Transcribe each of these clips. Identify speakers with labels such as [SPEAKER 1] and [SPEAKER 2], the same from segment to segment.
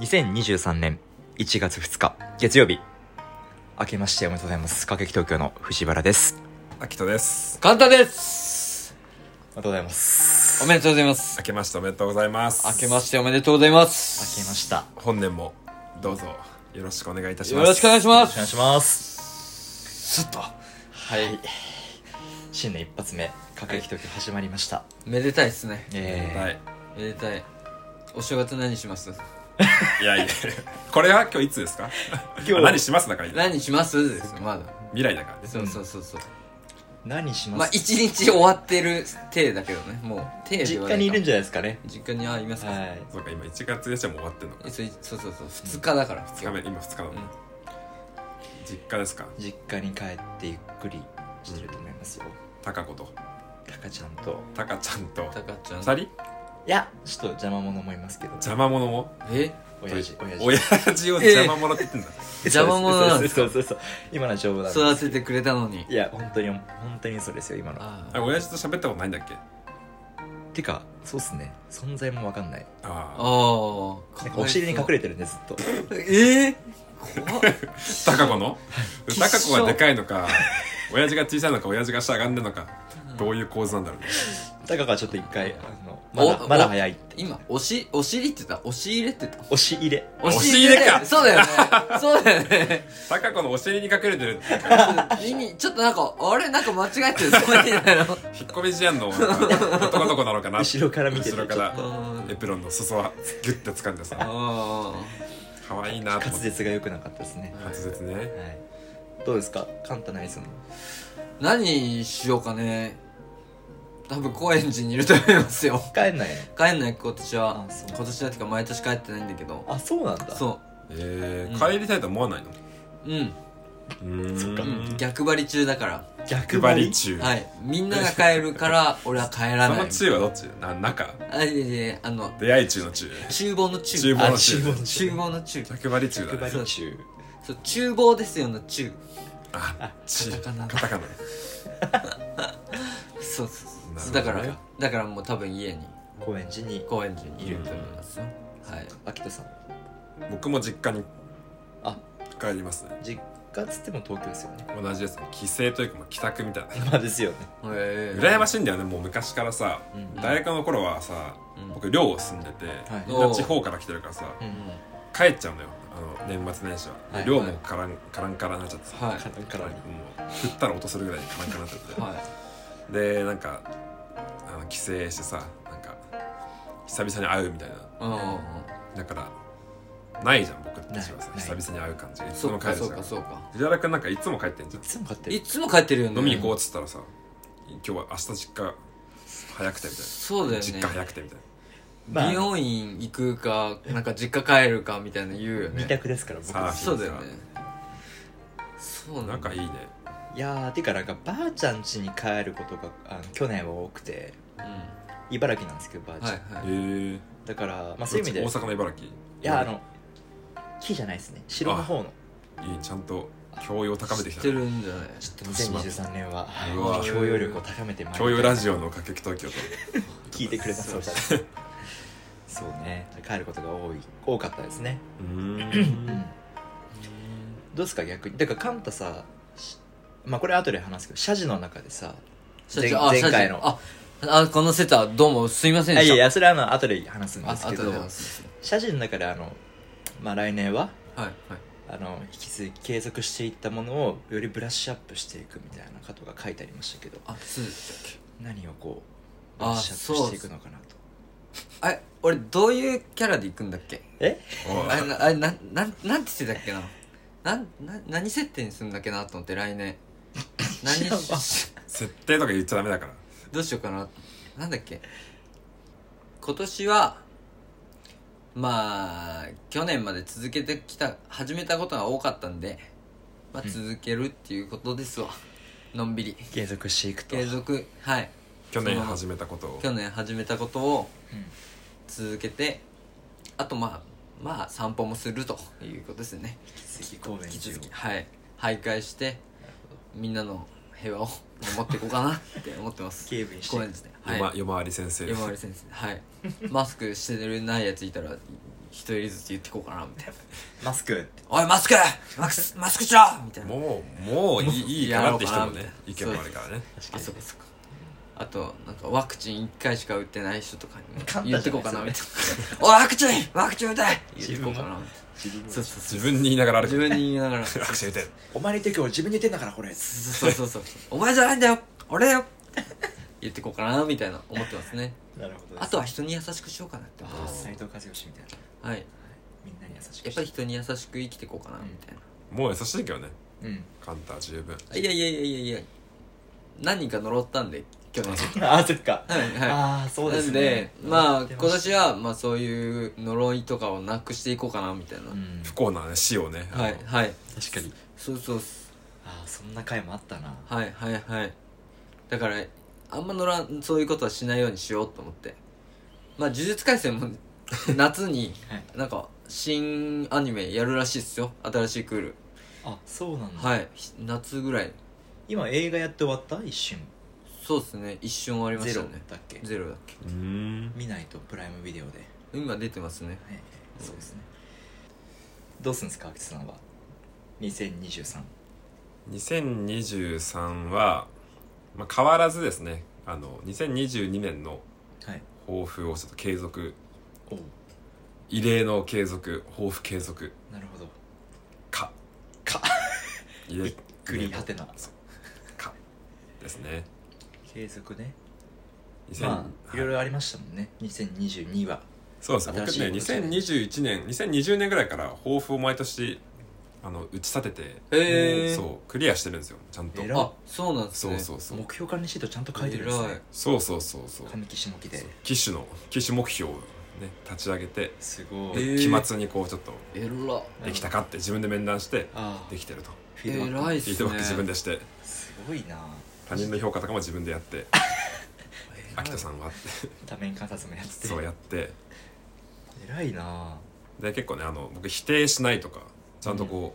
[SPEAKER 1] 2023年1月2日月曜日明けましておめでとうございます歌劇東京の藤原です
[SPEAKER 2] 秋人です
[SPEAKER 3] 簡単です
[SPEAKER 1] おめでとうございます
[SPEAKER 3] おめでとうございます
[SPEAKER 2] 明けましておめでとうございます
[SPEAKER 3] 明けましておめでとうございま
[SPEAKER 1] 明
[SPEAKER 3] す
[SPEAKER 1] けましたよ
[SPEAKER 2] 本年もどうぞよろしくお願いいたし
[SPEAKER 3] よ
[SPEAKER 2] ます
[SPEAKER 3] ろしくお願いし
[SPEAKER 1] ろ
[SPEAKER 3] ま
[SPEAKER 1] しくお
[SPEAKER 3] す
[SPEAKER 1] 願いします
[SPEAKER 3] すっと
[SPEAKER 1] はい新年一発目歌劇東京始まりました、
[SPEAKER 3] めでたいですね
[SPEAKER 1] えー
[SPEAKER 2] はい
[SPEAKER 3] めでたいお正月何します
[SPEAKER 2] いやいや これは今日いつですか
[SPEAKER 1] 今日
[SPEAKER 2] 何しますだから未
[SPEAKER 3] 何しますですまだ
[SPEAKER 2] 来だからね
[SPEAKER 3] そうそうそうそう、
[SPEAKER 1] 何します、
[SPEAKER 3] まあ一日終わってる体だけどねもう体で
[SPEAKER 1] 実
[SPEAKER 3] はな
[SPEAKER 1] 家にいるん
[SPEAKER 3] じ
[SPEAKER 1] じゃないですかね
[SPEAKER 3] ゃ実家にあいますか、
[SPEAKER 1] はい
[SPEAKER 2] そうか今1月でしょもう終わってんのか
[SPEAKER 3] えそうそうそうそう2日だから
[SPEAKER 2] 2日目今2日なの、
[SPEAKER 3] ん
[SPEAKER 2] 実家ですか
[SPEAKER 1] 実家に帰ってゆっくりしてると思いますよ、
[SPEAKER 2] タカ子と
[SPEAKER 1] タカちゃんと
[SPEAKER 2] タカちゃんと
[SPEAKER 3] たかちゃん
[SPEAKER 2] 2人
[SPEAKER 1] いやちょっと邪魔者もいますけど
[SPEAKER 2] 邪魔者も
[SPEAKER 3] え
[SPEAKER 1] 親父親父
[SPEAKER 2] 親父を邪魔者って言ってんだ、
[SPEAKER 3] 邪魔者なんですか
[SPEAKER 1] そうそうそうそう今のは丈夫なんです
[SPEAKER 3] 育ててくれたのに
[SPEAKER 1] いや本当に本当にそうですよ今のは
[SPEAKER 3] あ
[SPEAKER 2] あ親父と喋ったことないんだっけ
[SPEAKER 1] てかそうっすね存在もわかんない
[SPEAKER 3] あ
[SPEAKER 2] ああ
[SPEAKER 3] あ
[SPEAKER 1] なんかお尻に隠れてるねずっと
[SPEAKER 3] ええ怖っ
[SPEAKER 2] タカ子の
[SPEAKER 3] きっしょ
[SPEAKER 2] タカ子がでかいのか親父が小さいのか親父が下がんでんのかどういう構図なんだろうね
[SPEAKER 1] だからちょっと一回あのま
[SPEAKER 3] お
[SPEAKER 1] だまだ早いって
[SPEAKER 3] 今おしお尻って言ったお尻入れって言った
[SPEAKER 1] 押し入れ
[SPEAKER 3] お
[SPEAKER 2] 尻入れか
[SPEAKER 3] そうだよねそうだよね
[SPEAKER 2] タカ子のお尻に隠れてるって
[SPEAKER 3] 意味ちょっとなんかあれなんか間違えてるそこにいないの
[SPEAKER 2] 引っ込み思案のなんか男の子なのかな
[SPEAKER 1] 後ろから見てて
[SPEAKER 2] 後ろから
[SPEAKER 1] ちょっ
[SPEAKER 2] エプロンの裾はギュッて掴んでさ
[SPEAKER 3] あ
[SPEAKER 2] 可愛い
[SPEAKER 1] と
[SPEAKER 2] なと
[SPEAKER 1] 滑
[SPEAKER 2] 思って
[SPEAKER 1] 舌が良くなかったですね
[SPEAKER 2] 滑舌ね
[SPEAKER 1] はいどうですかカンタナイスの
[SPEAKER 3] ー何しようかね多分高円寺にいると思いますよ
[SPEAKER 1] 帰んないの
[SPEAKER 3] 帰んない今年は
[SPEAKER 1] あそう
[SPEAKER 3] 今年はっていうか毎年帰ってないんだけど
[SPEAKER 1] あそうなんだ
[SPEAKER 3] そ
[SPEAKER 2] えー帰りたいと思わないの
[SPEAKER 3] ううん、
[SPEAKER 2] うーん
[SPEAKER 1] そっか
[SPEAKER 3] うん、逆張り中だから
[SPEAKER 1] 逆
[SPEAKER 2] 逆
[SPEAKER 1] 張
[SPEAKER 2] 張
[SPEAKER 1] り
[SPEAKER 2] り中
[SPEAKER 3] はいみんなが帰るから俺は帰ら
[SPEAKER 2] そ
[SPEAKER 3] な
[SPEAKER 2] の
[SPEAKER 3] い
[SPEAKER 2] 中はどっちな中
[SPEAKER 3] あいやいやいやあの
[SPEAKER 2] 出会い中の中
[SPEAKER 3] 厨房の中
[SPEAKER 2] 厨房
[SPEAKER 1] あ
[SPEAKER 2] の中
[SPEAKER 1] 厨房の
[SPEAKER 3] 厨
[SPEAKER 1] 中
[SPEAKER 3] 房の中
[SPEAKER 2] 逆張り中
[SPEAKER 1] 逆
[SPEAKER 2] だ
[SPEAKER 1] 張
[SPEAKER 2] ね
[SPEAKER 1] り中
[SPEAKER 3] そう厨房ですよの中
[SPEAKER 2] あ中
[SPEAKER 3] カタカナ
[SPEAKER 2] カタカナ
[SPEAKER 3] そうそうそう
[SPEAKER 2] なるほどね
[SPEAKER 3] だからだからもう多分家に
[SPEAKER 1] 高円寺に
[SPEAKER 3] 高円寺にいると思いますよ、はい
[SPEAKER 1] 秋田さん
[SPEAKER 2] 僕も実家に
[SPEAKER 1] あ
[SPEAKER 2] 帰りますね
[SPEAKER 1] 実家っつっても東京ですよね
[SPEAKER 2] 同じですね帰省というかまあ帰宅みたいな
[SPEAKER 1] まあですよね
[SPEAKER 3] ええ
[SPEAKER 2] 羨ましいんだよねもう昔からさ
[SPEAKER 1] うん
[SPEAKER 2] 大学の頃はさ
[SPEAKER 3] うん
[SPEAKER 2] 僕寮を住んでて
[SPEAKER 1] はい
[SPEAKER 2] みんな地方から来てるからさ
[SPEAKER 1] うん
[SPEAKER 2] 帰っちゃうのよあの年末年始
[SPEAKER 1] は
[SPEAKER 2] はい寮もカランカランカランになっちゃってさ
[SPEAKER 3] はい
[SPEAKER 1] カランカ
[SPEAKER 2] か
[SPEAKER 1] ラ
[SPEAKER 2] ら
[SPEAKER 1] ン
[SPEAKER 2] もう振ったら音するぐらいカランカランになっちゃって、
[SPEAKER 3] は
[SPEAKER 2] でなんかあの帰省してさなんか久々に会うみたいない
[SPEAKER 3] うんうんうん
[SPEAKER 2] だからないじゃん僕たちはさ
[SPEAKER 1] ない
[SPEAKER 2] 久々に会う感じいつ
[SPEAKER 3] そ
[SPEAKER 2] も
[SPEAKER 3] う
[SPEAKER 2] 帰る
[SPEAKER 3] か
[SPEAKER 2] じゃ
[SPEAKER 3] そ
[SPEAKER 2] ん
[SPEAKER 3] うかそうか
[SPEAKER 2] 藤原君なんかいつも帰ってんじゃ
[SPEAKER 1] いつも買って
[SPEAKER 3] い
[SPEAKER 1] る
[SPEAKER 3] つも帰ってるよ
[SPEAKER 2] ん、
[SPEAKER 3] ね
[SPEAKER 2] 飲みに行こうっつったらさ今日は明日実家早くてみたい
[SPEAKER 3] そうだ
[SPEAKER 2] な、
[SPEAKER 3] よ
[SPEAKER 2] 実家
[SPEAKER 3] ね
[SPEAKER 2] 早くてみたい
[SPEAKER 1] ま
[SPEAKER 3] 美
[SPEAKER 1] あ
[SPEAKER 3] 容院行くかなんか実家帰るかみたいな言うよ
[SPEAKER 1] 二
[SPEAKER 3] ね
[SPEAKER 1] 択ですから僕
[SPEAKER 2] さあ
[SPEAKER 3] そうだよねそう
[SPEAKER 2] な
[SPEAKER 3] なんだ
[SPEAKER 2] 仲いいね
[SPEAKER 1] いやーてかなんかばあちゃん家に帰ることがあの去年は多くて
[SPEAKER 3] うんは
[SPEAKER 1] 茨城なんですけどばあ
[SPEAKER 3] い
[SPEAKER 1] ちゃん、
[SPEAKER 2] へえ
[SPEAKER 3] はい
[SPEAKER 2] ー、
[SPEAKER 1] だから、まあ、そういう意味で
[SPEAKER 2] 大
[SPEAKER 1] い
[SPEAKER 2] 阪の茨城い
[SPEAKER 1] やあの木じゃないですね城の方の
[SPEAKER 2] いいちゃんと教養高めてき
[SPEAKER 3] 知ったてるんじゃない
[SPEAKER 1] ちょっと2023年は
[SPEAKER 2] うわ
[SPEAKER 1] 教養力を高めてまいりたい
[SPEAKER 2] 教養ラジオの歌劇東京と
[SPEAKER 1] 聞いてくれたそうだそうね帰ることが多い多かったですね
[SPEAKER 2] う
[SPEAKER 1] う
[SPEAKER 2] ー
[SPEAKER 1] ん
[SPEAKER 2] ん
[SPEAKER 1] どうですか逆にだからカンタさしまあこれ後で話すけど謝辞の中でさ
[SPEAKER 3] 社
[SPEAKER 1] 前
[SPEAKER 3] 長あ
[SPEAKER 1] 前
[SPEAKER 3] 社
[SPEAKER 1] 回
[SPEAKER 3] 長
[SPEAKER 1] の
[SPEAKER 3] ああこのセタどうもすいません
[SPEAKER 1] あ
[SPEAKER 3] で
[SPEAKER 1] い
[SPEAKER 3] し
[SPEAKER 1] や
[SPEAKER 3] た
[SPEAKER 1] いやそれはあの後で話すん
[SPEAKER 3] あ
[SPEAKER 1] ですけど
[SPEAKER 3] 後で話す
[SPEAKER 1] 謝辞の中であのまあ来年は
[SPEAKER 3] はいはい
[SPEAKER 1] あの引き続き継続していったものをよりブラッシュアップしていくみたいなことが書いてありましたけど
[SPEAKER 3] あそうでしたっけ
[SPEAKER 1] 何をこうブラ
[SPEAKER 3] あ
[SPEAKER 1] ッシュアップしていくのかなと
[SPEAKER 3] あれ俺どういうキャラで行くんだっけ
[SPEAKER 1] え
[SPEAKER 2] おい
[SPEAKER 3] あれなあれななんなんて言ってたっけななんな何設定にするんだっけなと思って 来年何
[SPEAKER 1] 知らんわ
[SPEAKER 3] し
[SPEAKER 2] 設定とか言っちゃダメだから
[SPEAKER 3] どうしようかななんだっけ今年はまあ去年まで続けてきた始めたことが多かったんで、まあ、続けるっていうことですわ、のんびり
[SPEAKER 1] 継続していくと
[SPEAKER 3] 継続はい
[SPEAKER 2] 去年始めたことを
[SPEAKER 3] 去年始めたことを
[SPEAKER 1] うん
[SPEAKER 3] 続けてあとまあまあ散歩もするということですよね
[SPEAKER 1] 引き続き公
[SPEAKER 3] 引
[SPEAKER 1] 演
[SPEAKER 3] き
[SPEAKER 1] 中
[SPEAKER 3] 続きはい徘徊してみんなの平和を守っていこうかなって思ってま す
[SPEAKER 1] 警備して
[SPEAKER 3] 公園ですねは
[SPEAKER 2] 夜
[SPEAKER 3] い
[SPEAKER 2] ま夜回り先生
[SPEAKER 3] 夜回り先生はいマスクしてないやついたら一人ずつ言ってこうかなみたいな
[SPEAKER 1] マスクって
[SPEAKER 3] 「おいマスクマスクマスクしろ!」みたいな
[SPEAKER 2] もうもういいいいかなって人もね意
[SPEAKER 3] や
[SPEAKER 2] 見
[SPEAKER 3] ろうかな
[SPEAKER 2] もあるからね
[SPEAKER 3] あそうかそうかあとなんかワクチン1回しか打ってない人とか
[SPEAKER 1] 簡単
[SPEAKER 3] に
[SPEAKER 1] じゃな
[SPEAKER 3] 言
[SPEAKER 1] い
[SPEAKER 3] ってこうかなみたいな「 おいワクチンワクチン打て!」言ってこうかなそうそうそう
[SPEAKER 2] 自分に言いながら歩
[SPEAKER 3] 自
[SPEAKER 2] く
[SPEAKER 3] 分に言いながらそう
[SPEAKER 2] 握手みたいな
[SPEAKER 1] お前に言って今日自分に言ってんだからこれつ
[SPEAKER 3] そうそうそう「お前じゃないんだよ俺だよ!」言ってこうかなみたいな思ってますね
[SPEAKER 1] なるほど
[SPEAKER 3] あとは人に優しくしようかなって思ってます
[SPEAKER 1] 斎藤和義みたいな
[SPEAKER 3] はい
[SPEAKER 1] みんなに優しく
[SPEAKER 3] やっぱり人に優しく生きてこうかなみたいな、
[SPEAKER 2] もう優しいけどね
[SPEAKER 1] うん
[SPEAKER 2] カンタ十分
[SPEAKER 3] いやいやいやいやいや何人か呪ったんで去年
[SPEAKER 1] あそっか
[SPEAKER 3] はいはい
[SPEAKER 1] ああそうですね
[SPEAKER 3] なんでまあ今年はまあそういう呪いとかをなくしていこうかなみたいな、
[SPEAKER 1] うん
[SPEAKER 2] 不幸なね死をね
[SPEAKER 3] はいはい
[SPEAKER 1] 確かに
[SPEAKER 3] そうそうっす
[SPEAKER 1] ああそんな回もあったな
[SPEAKER 3] はいはいはいだからあんま呪わんそういうことはしないようにしようと思ってまあ呪術廻戦も 夏に
[SPEAKER 1] はい
[SPEAKER 3] なんか新アニメやるらしいっすよ新しいクール
[SPEAKER 1] あそうなんだ
[SPEAKER 3] はいひ夏ぐらい
[SPEAKER 1] 今映画やって終わった一瞬
[SPEAKER 3] そうっすね一瞬終わりま
[SPEAKER 1] ゼ
[SPEAKER 3] した
[SPEAKER 1] ロ
[SPEAKER 3] ね
[SPEAKER 1] だっけ
[SPEAKER 3] ゼロだっけ
[SPEAKER 2] うーん
[SPEAKER 1] 見ないとプライムビデオで
[SPEAKER 3] 今出てますね
[SPEAKER 1] ねそうですねどうすんですか秋田さんは2023
[SPEAKER 2] 2023は、まあ、変わらずですねあの2022年の
[SPEAKER 1] はい
[SPEAKER 2] 抱負をちょっと継続
[SPEAKER 1] おう
[SPEAKER 2] 異例の継続抱負継続
[SPEAKER 1] なるほど
[SPEAKER 2] か
[SPEAKER 1] か
[SPEAKER 2] 異例
[SPEAKER 1] グリーハテナ
[SPEAKER 2] かですね
[SPEAKER 1] 継続ね
[SPEAKER 2] 2000
[SPEAKER 1] ま
[SPEAKER 2] は
[SPEAKER 1] あいろいろありましたもんね2022は
[SPEAKER 2] そうですね僕ね
[SPEAKER 1] 新しいことじゃない
[SPEAKER 2] 2021年2020年ぐらいから抱負を毎年あの打ち立てて、
[SPEAKER 3] へー
[SPEAKER 2] そうクリアしてるんですよちゃんと
[SPEAKER 1] 偉い
[SPEAKER 3] あそうなんです
[SPEAKER 2] そ
[SPEAKER 3] ね
[SPEAKER 2] うそうそう
[SPEAKER 1] 目標管理シートちゃんと書いてるんです
[SPEAKER 3] 偉
[SPEAKER 1] ね
[SPEAKER 3] い
[SPEAKER 2] そうそうそうそう
[SPEAKER 1] 上木下木で
[SPEAKER 2] 機種の機種目標をね立ち上げて
[SPEAKER 1] すご
[SPEAKER 3] え
[SPEAKER 1] い
[SPEAKER 3] ー
[SPEAKER 2] 期末にこうちょっと
[SPEAKER 3] えら
[SPEAKER 2] できたかって自分で面談して
[SPEAKER 1] ああ
[SPEAKER 2] できてると
[SPEAKER 1] フィードバッ
[SPEAKER 3] 偉いっ
[SPEAKER 2] フ
[SPEAKER 3] す
[SPEAKER 2] ィ
[SPEAKER 3] ね
[SPEAKER 2] ードバック自分でして
[SPEAKER 1] クすごいな
[SPEAKER 2] 他人の評価とかも自分でや って秋田さんはって
[SPEAKER 1] 多面観察もやって
[SPEAKER 2] そうやって
[SPEAKER 1] 偉いな
[SPEAKER 2] で結構ねあの僕否定しないとかちゃんとこ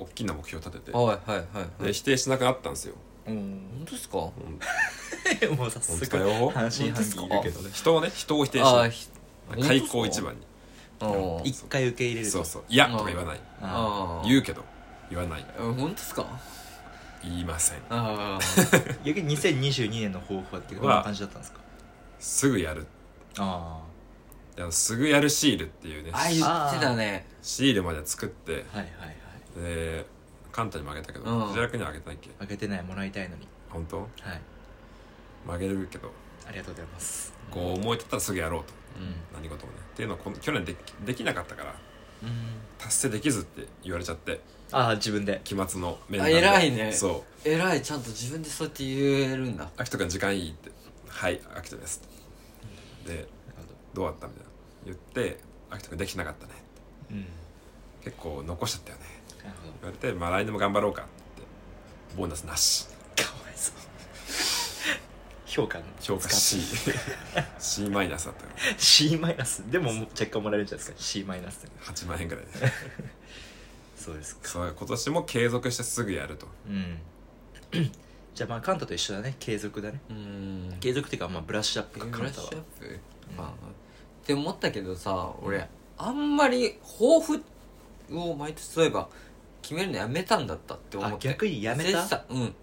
[SPEAKER 2] う、大きな目標立てて
[SPEAKER 3] はいはいはいはい
[SPEAKER 2] で否定しなくなったんですよ
[SPEAKER 1] うん
[SPEAKER 3] 本当ですか
[SPEAKER 1] もう早
[SPEAKER 2] 本
[SPEAKER 1] 速
[SPEAKER 2] 当だよ
[SPEAKER 1] 半信半疑いるけどね
[SPEAKER 2] 人をね人を否定し
[SPEAKER 3] あ
[SPEAKER 2] な
[SPEAKER 3] あ
[SPEAKER 2] い
[SPEAKER 3] ひ
[SPEAKER 2] 開口一番に
[SPEAKER 3] あー
[SPEAKER 1] 一回受け入れる
[SPEAKER 2] そう
[SPEAKER 1] う
[SPEAKER 2] そう「いや」とか言わない
[SPEAKER 1] あ
[SPEAKER 3] あ
[SPEAKER 2] 言
[SPEAKER 3] う
[SPEAKER 2] うけど言わない
[SPEAKER 3] 本当ですか
[SPEAKER 2] 言いません
[SPEAKER 3] ああ
[SPEAKER 1] あ逆に2022年の抱負はってどんな感じだったんですか
[SPEAKER 2] すぐやる
[SPEAKER 1] あ
[SPEAKER 2] あのすぐやるシールっていうね
[SPEAKER 3] あ言ってたね
[SPEAKER 2] シールまで作って
[SPEAKER 1] あはいはいはい
[SPEAKER 2] でカンタにもあげたけど
[SPEAKER 3] うん
[SPEAKER 2] 藤原君にはあげてないっけ
[SPEAKER 1] あげてないもらいたいのに
[SPEAKER 2] 本当
[SPEAKER 1] はい
[SPEAKER 2] まああげるけど
[SPEAKER 1] ありがとうございます
[SPEAKER 2] こう思い立ったらすぐやろうと
[SPEAKER 3] う
[SPEAKER 2] 何事もねっていうのをこん去年できできなかったから
[SPEAKER 3] ん
[SPEAKER 2] 達成できずって言われちゃって
[SPEAKER 1] ああ自分で
[SPEAKER 2] 期末の面
[SPEAKER 3] あ偉いね
[SPEAKER 2] そ
[SPEAKER 3] 偉いちゃんと自分でそうやって言えるんだ
[SPEAKER 2] う「秋人君時間いい?」って「はい秋人です」で「どうだった?」みたいな言って「秋人君できなかったね
[SPEAKER 1] うん」
[SPEAKER 2] 結構残しちゃったよね
[SPEAKER 1] なるほど
[SPEAKER 2] 言われて「まあ来年も頑張ろうか」ってボーナスなし
[SPEAKER 1] かわいそう評価の
[SPEAKER 2] 評価 C C マイナスだったから
[SPEAKER 1] C マイナスでももう若干もらえるんじゃないですか C マイナス
[SPEAKER 2] 8万円ぐらいで
[SPEAKER 1] そうですか
[SPEAKER 2] そう今年も継続してすぐやると
[SPEAKER 1] うん じゃあまあカンタと一緒だね継続だね
[SPEAKER 3] うん
[SPEAKER 1] 継続っていうかまあブラッシュアップ
[SPEAKER 3] ブ
[SPEAKER 1] かカ
[SPEAKER 3] ラ
[SPEAKER 1] ン
[SPEAKER 3] ッ
[SPEAKER 1] タ
[SPEAKER 3] シ
[SPEAKER 1] は
[SPEAKER 3] ュアップああって思ったけどさ俺あんまり抱負を毎年そういえば決めるのやめたんだったって思
[SPEAKER 1] あ
[SPEAKER 3] って
[SPEAKER 1] 逆にやめ
[SPEAKER 3] 忘れて
[SPEAKER 1] た
[SPEAKER 3] たうん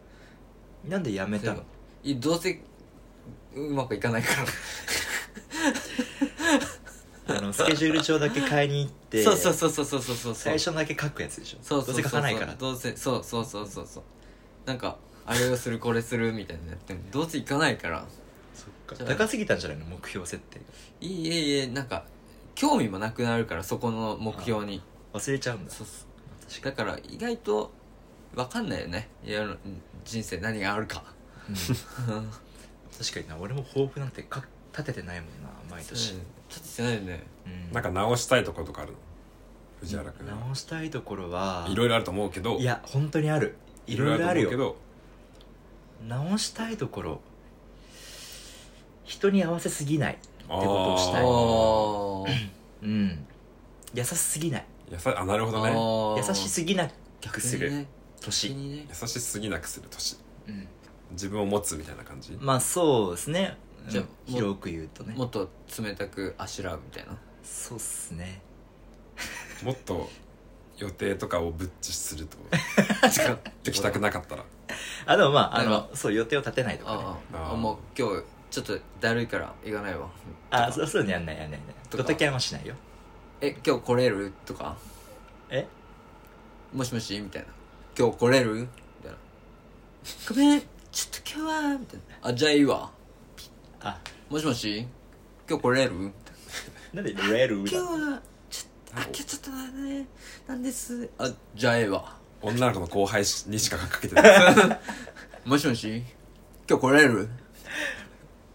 [SPEAKER 1] なんでやめたの
[SPEAKER 3] いやどうせうまくいかないから
[SPEAKER 1] あのスケジュール帳だけ買いに行 って
[SPEAKER 3] そうそうそうそうそうそうそう
[SPEAKER 1] 最初のだけ書くやつでしょ
[SPEAKER 3] そうそ
[SPEAKER 1] ど
[SPEAKER 3] うそう
[SPEAKER 1] うせ書かないから
[SPEAKER 3] どうせそうそうそうそうそうなんかあれをするこれするみたいなのやってもどうせいかないから
[SPEAKER 1] そっか
[SPEAKER 3] じゃあ
[SPEAKER 1] 高すぎたんじゃないの目標設定
[SPEAKER 3] いいえいえなんか興味もなくなるからそこの目標に
[SPEAKER 1] 忘れちゃうんだ
[SPEAKER 3] そうそうだから意外と分かんないよねいろいろ人生何があるか
[SPEAKER 1] うん確かにな俺も抱負なんて書立ててないもんな毎
[SPEAKER 3] ち
[SPEAKER 1] 年
[SPEAKER 3] ょっとしてないよね
[SPEAKER 1] うん
[SPEAKER 2] なんか直したいところとかあるの藤原君は
[SPEAKER 1] 直したいところはい
[SPEAKER 2] ろいろあると思うけど
[SPEAKER 1] いや本当にあるいろいろある
[SPEAKER 2] いろい
[SPEAKER 1] よ
[SPEAKER 2] ろ
[SPEAKER 1] 直したいところ人に合わせすぎない
[SPEAKER 2] と思うけ
[SPEAKER 1] っ
[SPEAKER 2] ど
[SPEAKER 1] てことをしたい
[SPEAKER 2] あー
[SPEAKER 3] お
[SPEAKER 1] う
[SPEAKER 3] ー
[SPEAKER 1] ん優しすぎない
[SPEAKER 2] やさあなるほどね
[SPEAKER 3] あ
[SPEAKER 1] 優
[SPEAKER 3] ー
[SPEAKER 1] しすぎな
[SPEAKER 3] 逆
[SPEAKER 1] くする
[SPEAKER 3] にね
[SPEAKER 1] 年、
[SPEAKER 3] 逆にね
[SPEAKER 2] 優しすぎなくする年
[SPEAKER 1] うん
[SPEAKER 2] 自分を持つみたいな感じ
[SPEAKER 1] まあそうですね
[SPEAKER 3] じゃあ
[SPEAKER 1] うん広く言うとね
[SPEAKER 3] もっと冷たくあしらうみたいな
[SPEAKER 1] そうっすね
[SPEAKER 2] もっと予定とかをぶっちす ると誓ってきたくなかったら
[SPEAKER 1] あでもまああ
[SPEAKER 3] なんか
[SPEAKER 1] のそう予定を立てないとかね
[SPEAKER 3] ああ
[SPEAKER 2] あ
[SPEAKER 3] あ
[SPEAKER 2] あ
[SPEAKER 3] もう今日ちょっとだるいから行かないわ
[SPEAKER 1] ああそうそういうのやんないやんないやんない
[SPEAKER 3] と
[SPEAKER 1] ド
[SPEAKER 3] か
[SPEAKER 1] タキャンはしないよ
[SPEAKER 3] え今日来れるとか
[SPEAKER 1] え
[SPEAKER 3] もしもしみたいな今日来れるみたいなごめんちょっと今日はみたいなあじゃあいいわ
[SPEAKER 1] あ
[SPEAKER 3] もしもし今日来れるみたい
[SPEAKER 1] なんでレールみたい
[SPEAKER 3] な
[SPEAKER 1] な
[SPEAKER 3] 今日はちょっとあ今日ちょっとだねなんですあじゃあええわ
[SPEAKER 2] 女の子の後輩にしか かけてない
[SPEAKER 3] もしもし今日来れる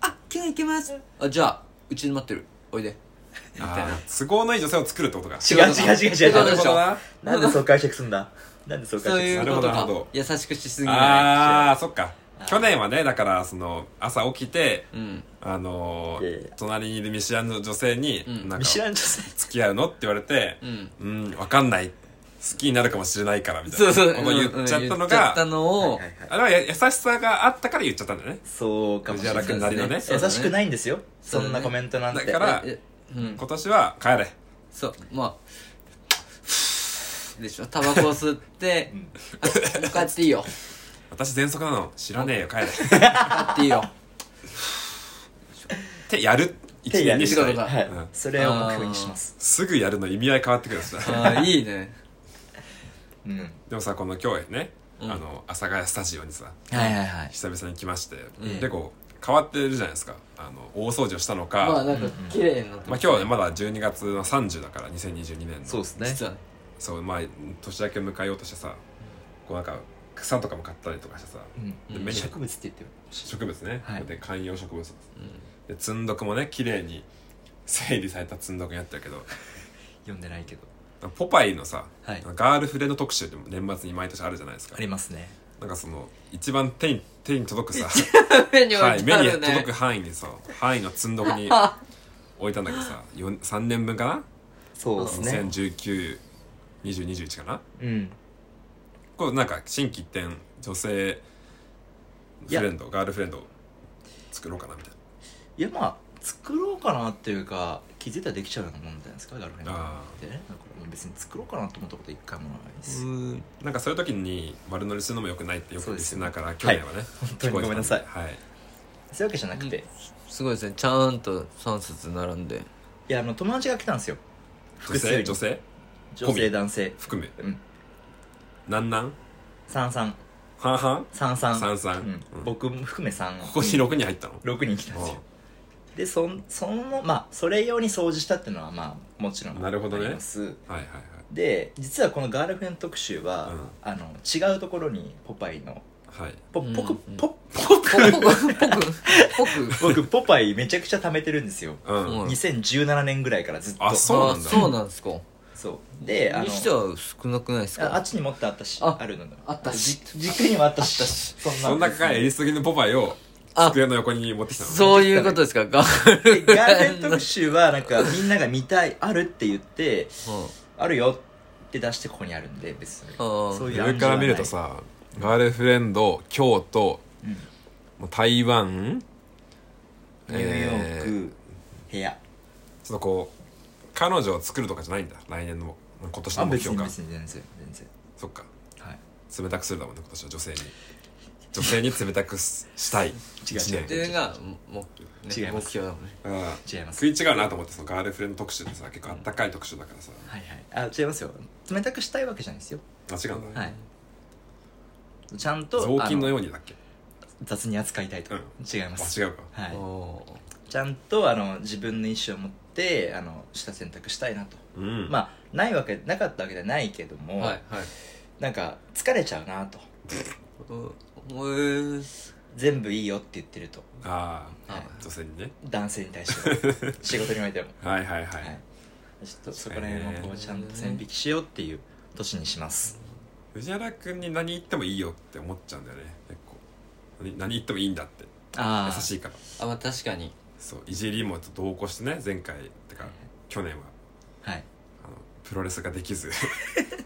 [SPEAKER 3] あ今日行けますあじゃあうちに待ってるおいで
[SPEAKER 2] あー都合のいい女性を作るっ てことか
[SPEAKER 1] 違う違う違う違う違う
[SPEAKER 2] なるほどな
[SPEAKER 1] なんでそう解釈すんだなんでそう解
[SPEAKER 3] そう
[SPEAKER 1] 釈す
[SPEAKER 3] い
[SPEAKER 1] んだ
[SPEAKER 3] う
[SPEAKER 2] なる
[SPEAKER 3] こ
[SPEAKER 2] ほど
[SPEAKER 3] と
[SPEAKER 2] なる
[SPEAKER 3] か
[SPEAKER 2] ほど
[SPEAKER 3] 優しくしすぎない
[SPEAKER 2] ああそっか去年はねだからその朝起きて
[SPEAKER 3] うん
[SPEAKER 2] あのー
[SPEAKER 1] いやいや
[SPEAKER 2] 隣にいる見知らぬ女性に、
[SPEAKER 3] ん
[SPEAKER 2] なん
[SPEAKER 1] 見
[SPEAKER 2] か
[SPEAKER 1] 知らん女
[SPEAKER 2] 付き合うのって言われて
[SPEAKER 3] うん
[SPEAKER 2] うんわかんない好きになるかもしれないからみたい
[SPEAKER 3] そ
[SPEAKER 2] な
[SPEAKER 3] うそう
[SPEAKER 2] ことを言っちゃった
[SPEAKER 3] うんうん言
[SPEAKER 2] の
[SPEAKER 3] っちゃった
[SPEAKER 2] が
[SPEAKER 3] のを
[SPEAKER 1] はいはい
[SPEAKER 2] あれはや優しさがあったから言っちゃったんだよね
[SPEAKER 1] そうかもしれない
[SPEAKER 2] 藤原君なりのね
[SPEAKER 1] 優しくないいんですよそんなコメントなんて
[SPEAKER 2] だから
[SPEAKER 3] うん
[SPEAKER 2] 今年は帰れ
[SPEAKER 3] そうまあでしょタバコ吸って
[SPEAKER 1] うん
[SPEAKER 3] 「もう帰っていいよ
[SPEAKER 2] 私喘息なの知らねえよ帰れっ
[SPEAKER 3] 帰っていいよ
[SPEAKER 2] てやる一年に
[SPEAKER 3] 手
[SPEAKER 2] し
[SPEAKER 3] や
[SPEAKER 2] た
[SPEAKER 3] る
[SPEAKER 2] い
[SPEAKER 3] か
[SPEAKER 1] はい
[SPEAKER 2] うん
[SPEAKER 1] それを目標にします
[SPEAKER 2] すぐやるの意味合い変わってくるんですね」
[SPEAKER 3] ああいいね
[SPEAKER 1] うん
[SPEAKER 2] でもさこの今日ね、
[SPEAKER 3] うん
[SPEAKER 2] あの阿佐ヶ谷スタジオにさ
[SPEAKER 1] はいはいはい
[SPEAKER 2] 久々に来まして、
[SPEAKER 3] ん
[SPEAKER 2] でこう変わってるじゃないですかあの大掃除をしたのか、
[SPEAKER 3] ま
[SPEAKER 2] ま
[SPEAKER 3] あ
[SPEAKER 2] あ
[SPEAKER 3] なんか綺麗になって
[SPEAKER 2] 今日はねまだ12月の30だから2022年の
[SPEAKER 1] そうですね
[SPEAKER 3] 実はね
[SPEAKER 2] そうまあ年明け迎えようとしてさこうなんか草とかも買ったりとかしてさ
[SPEAKER 1] うん
[SPEAKER 2] で
[SPEAKER 3] うん
[SPEAKER 2] 目に
[SPEAKER 1] 植物って言ってる
[SPEAKER 2] 植物ね、
[SPEAKER 1] はい
[SPEAKER 2] で観葉植物で
[SPEAKER 3] うん
[SPEAKER 2] 積んどくもね綺麗に整理された積んどくになってるけど
[SPEAKER 1] 読んでないけど
[SPEAKER 2] ポパイのさ、
[SPEAKER 1] はい
[SPEAKER 2] ガールフレンド特集って年末に毎年あるじゃないですか
[SPEAKER 1] ありますね
[SPEAKER 2] なんかその一番手に手に届くさ
[SPEAKER 3] 目に置
[SPEAKER 2] はい、
[SPEAKER 3] いて
[SPEAKER 2] 目
[SPEAKER 3] あ
[SPEAKER 2] に
[SPEAKER 3] る
[SPEAKER 2] 届
[SPEAKER 3] ね
[SPEAKER 2] く範囲にさ範囲の積んどくに置いたんだけどさよん3年分かな
[SPEAKER 1] そうですね
[SPEAKER 2] 20192021かな
[SPEAKER 1] うん
[SPEAKER 2] こうなんか新規一転女性フレンドガールフレンドを作ろうかなみたい
[SPEAKER 1] いやまあ作ろうかなっていうか気づいたらできちゃうようなもんじゃないですかガールフレンド
[SPEAKER 2] あ
[SPEAKER 1] ってねだからもう別に作ろうかなと思ったこと一回もないで
[SPEAKER 2] な
[SPEAKER 1] す、
[SPEAKER 2] なんかそういう時に丸乗りするのもよくないってよ
[SPEAKER 1] そ
[SPEAKER 2] く
[SPEAKER 1] う
[SPEAKER 2] リ
[SPEAKER 1] です
[SPEAKER 2] ス
[SPEAKER 1] よ
[SPEAKER 2] ナーから去年はね、
[SPEAKER 1] 本当にごめんなさい
[SPEAKER 2] 聞こえてたんではい
[SPEAKER 1] そういうわけじゃなくて、
[SPEAKER 3] うん
[SPEAKER 1] い
[SPEAKER 3] すごいですねちゃんと3冊並んで
[SPEAKER 1] やあの友達が来たんですよ
[SPEAKER 2] 女
[SPEAKER 1] 複数
[SPEAKER 2] 性
[SPEAKER 1] 人
[SPEAKER 2] 女性
[SPEAKER 1] 女性男性
[SPEAKER 2] 含め
[SPEAKER 1] うん
[SPEAKER 2] なんなん
[SPEAKER 1] 三三
[SPEAKER 2] 半々
[SPEAKER 1] 三三
[SPEAKER 2] 三々
[SPEAKER 1] うん
[SPEAKER 2] うん
[SPEAKER 1] 僕も含め三
[SPEAKER 2] ここに6人入ったの
[SPEAKER 1] 六人来たんですよでそんそのまあそれ用に掃除したっていうのはまあもちろん
[SPEAKER 2] なるほどね
[SPEAKER 1] あります
[SPEAKER 2] うんはいはい
[SPEAKER 1] で実はこのガールフレンド特集は、
[SPEAKER 2] うん
[SPEAKER 1] あの違うところにポパイの
[SPEAKER 2] はいはい
[SPEAKER 1] ポ
[SPEAKER 3] うん
[SPEAKER 1] ポク
[SPEAKER 3] うん
[SPEAKER 1] ポポ
[SPEAKER 3] ぽくぽくぽく
[SPEAKER 1] 僕ポパイめちゃくちゃ貯めてるんですよ
[SPEAKER 2] うん
[SPEAKER 3] うん
[SPEAKER 1] 2017年ぐらいからずっと
[SPEAKER 2] あそうなんだ
[SPEAKER 3] あそうなんですか
[SPEAKER 1] そうであ
[SPEAKER 3] にして
[SPEAKER 1] の
[SPEAKER 3] は少なくないです
[SPEAKER 1] ああっ
[SPEAKER 3] か
[SPEAKER 1] ちにもっとあったしあ
[SPEAKER 3] あ
[SPEAKER 1] るのだ
[SPEAKER 3] あったし
[SPEAKER 1] じ軸にもあったしそ
[SPEAKER 2] そんなかえ りすぎのポパイを
[SPEAKER 3] あ
[SPEAKER 2] 机の横に持ってきたの
[SPEAKER 3] そういうことですかガール
[SPEAKER 1] でガールフレン
[SPEAKER 3] フ
[SPEAKER 1] ド
[SPEAKER 3] レンド
[SPEAKER 1] 特集はなんかみんなが見たいあるって言って
[SPEAKER 3] うん
[SPEAKER 1] あるよって出してここにあるんで別に
[SPEAKER 3] あー
[SPEAKER 1] そういう
[SPEAKER 2] 上から見るとさガールフレンド京都
[SPEAKER 1] うん
[SPEAKER 2] もう台湾
[SPEAKER 1] ニューヨ
[SPEAKER 2] え
[SPEAKER 1] ーク部屋
[SPEAKER 2] ちょっとこう彼女を作るとかじゃないんだ来年の今年
[SPEAKER 1] あ
[SPEAKER 2] の目
[SPEAKER 1] 別に
[SPEAKER 2] 標か
[SPEAKER 1] 別に全然全然
[SPEAKER 2] そっか
[SPEAKER 1] はい
[SPEAKER 2] 冷たくするだもんね今年は女性に女性に冷たくすしたい一
[SPEAKER 1] 違
[SPEAKER 2] 年
[SPEAKER 3] っていうのがもうね
[SPEAKER 1] 違います
[SPEAKER 3] 目標だもんね
[SPEAKER 2] うん
[SPEAKER 1] 違います
[SPEAKER 2] 食い違うなと思ってそのガールフレンド特集ってさ結構あったかい特集だからさ
[SPEAKER 1] はいはいあ違いますよ冷たくしたいわけじゃないですよ
[SPEAKER 2] あ違うんだ
[SPEAKER 1] は
[SPEAKER 2] ね
[SPEAKER 1] いちゃんと
[SPEAKER 2] 雑巾の
[SPEAKER 1] あ
[SPEAKER 2] ようにだっけ
[SPEAKER 1] 雑に扱いたいと、
[SPEAKER 2] うん
[SPEAKER 1] 違い
[SPEAKER 2] あ
[SPEAKER 1] ます
[SPEAKER 2] 違うか
[SPEAKER 1] はい
[SPEAKER 3] お
[SPEAKER 1] ちゃんとあの自分の意思を持ってあのした選択したいなと、
[SPEAKER 2] うん
[SPEAKER 1] まあないわけなかったわけじゃないけど
[SPEAKER 3] ー
[SPEAKER 1] も、
[SPEAKER 3] はいはい
[SPEAKER 1] なんか疲れちゃうなと
[SPEAKER 3] うんおえー
[SPEAKER 1] 全部いいよって言ってると
[SPEAKER 2] あ
[SPEAKER 3] あ
[SPEAKER 2] あ女性にね
[SPEAKER 1] 男性に対して は仕事においても
[SPEAKER 2] はいはいは
[SPEAKER 1] はいいちょっとそこら辺をこうちゃんと線引きしようっていう年にします
[SPEAKER 2] 藤原君に何言ってもいいよって思っちゃうんだよね結構何何言ってもいいんだって
[SPEAKER 1] あ
[SPEAKER 2] 優しいから
[SPEAKER 3] あまあ確かに
[SPEAKER 2] そういじりもちょっと同行してね前回てか去年は
[SPEAKER 1] はい
[SPEAKER 2] あのプロレスができず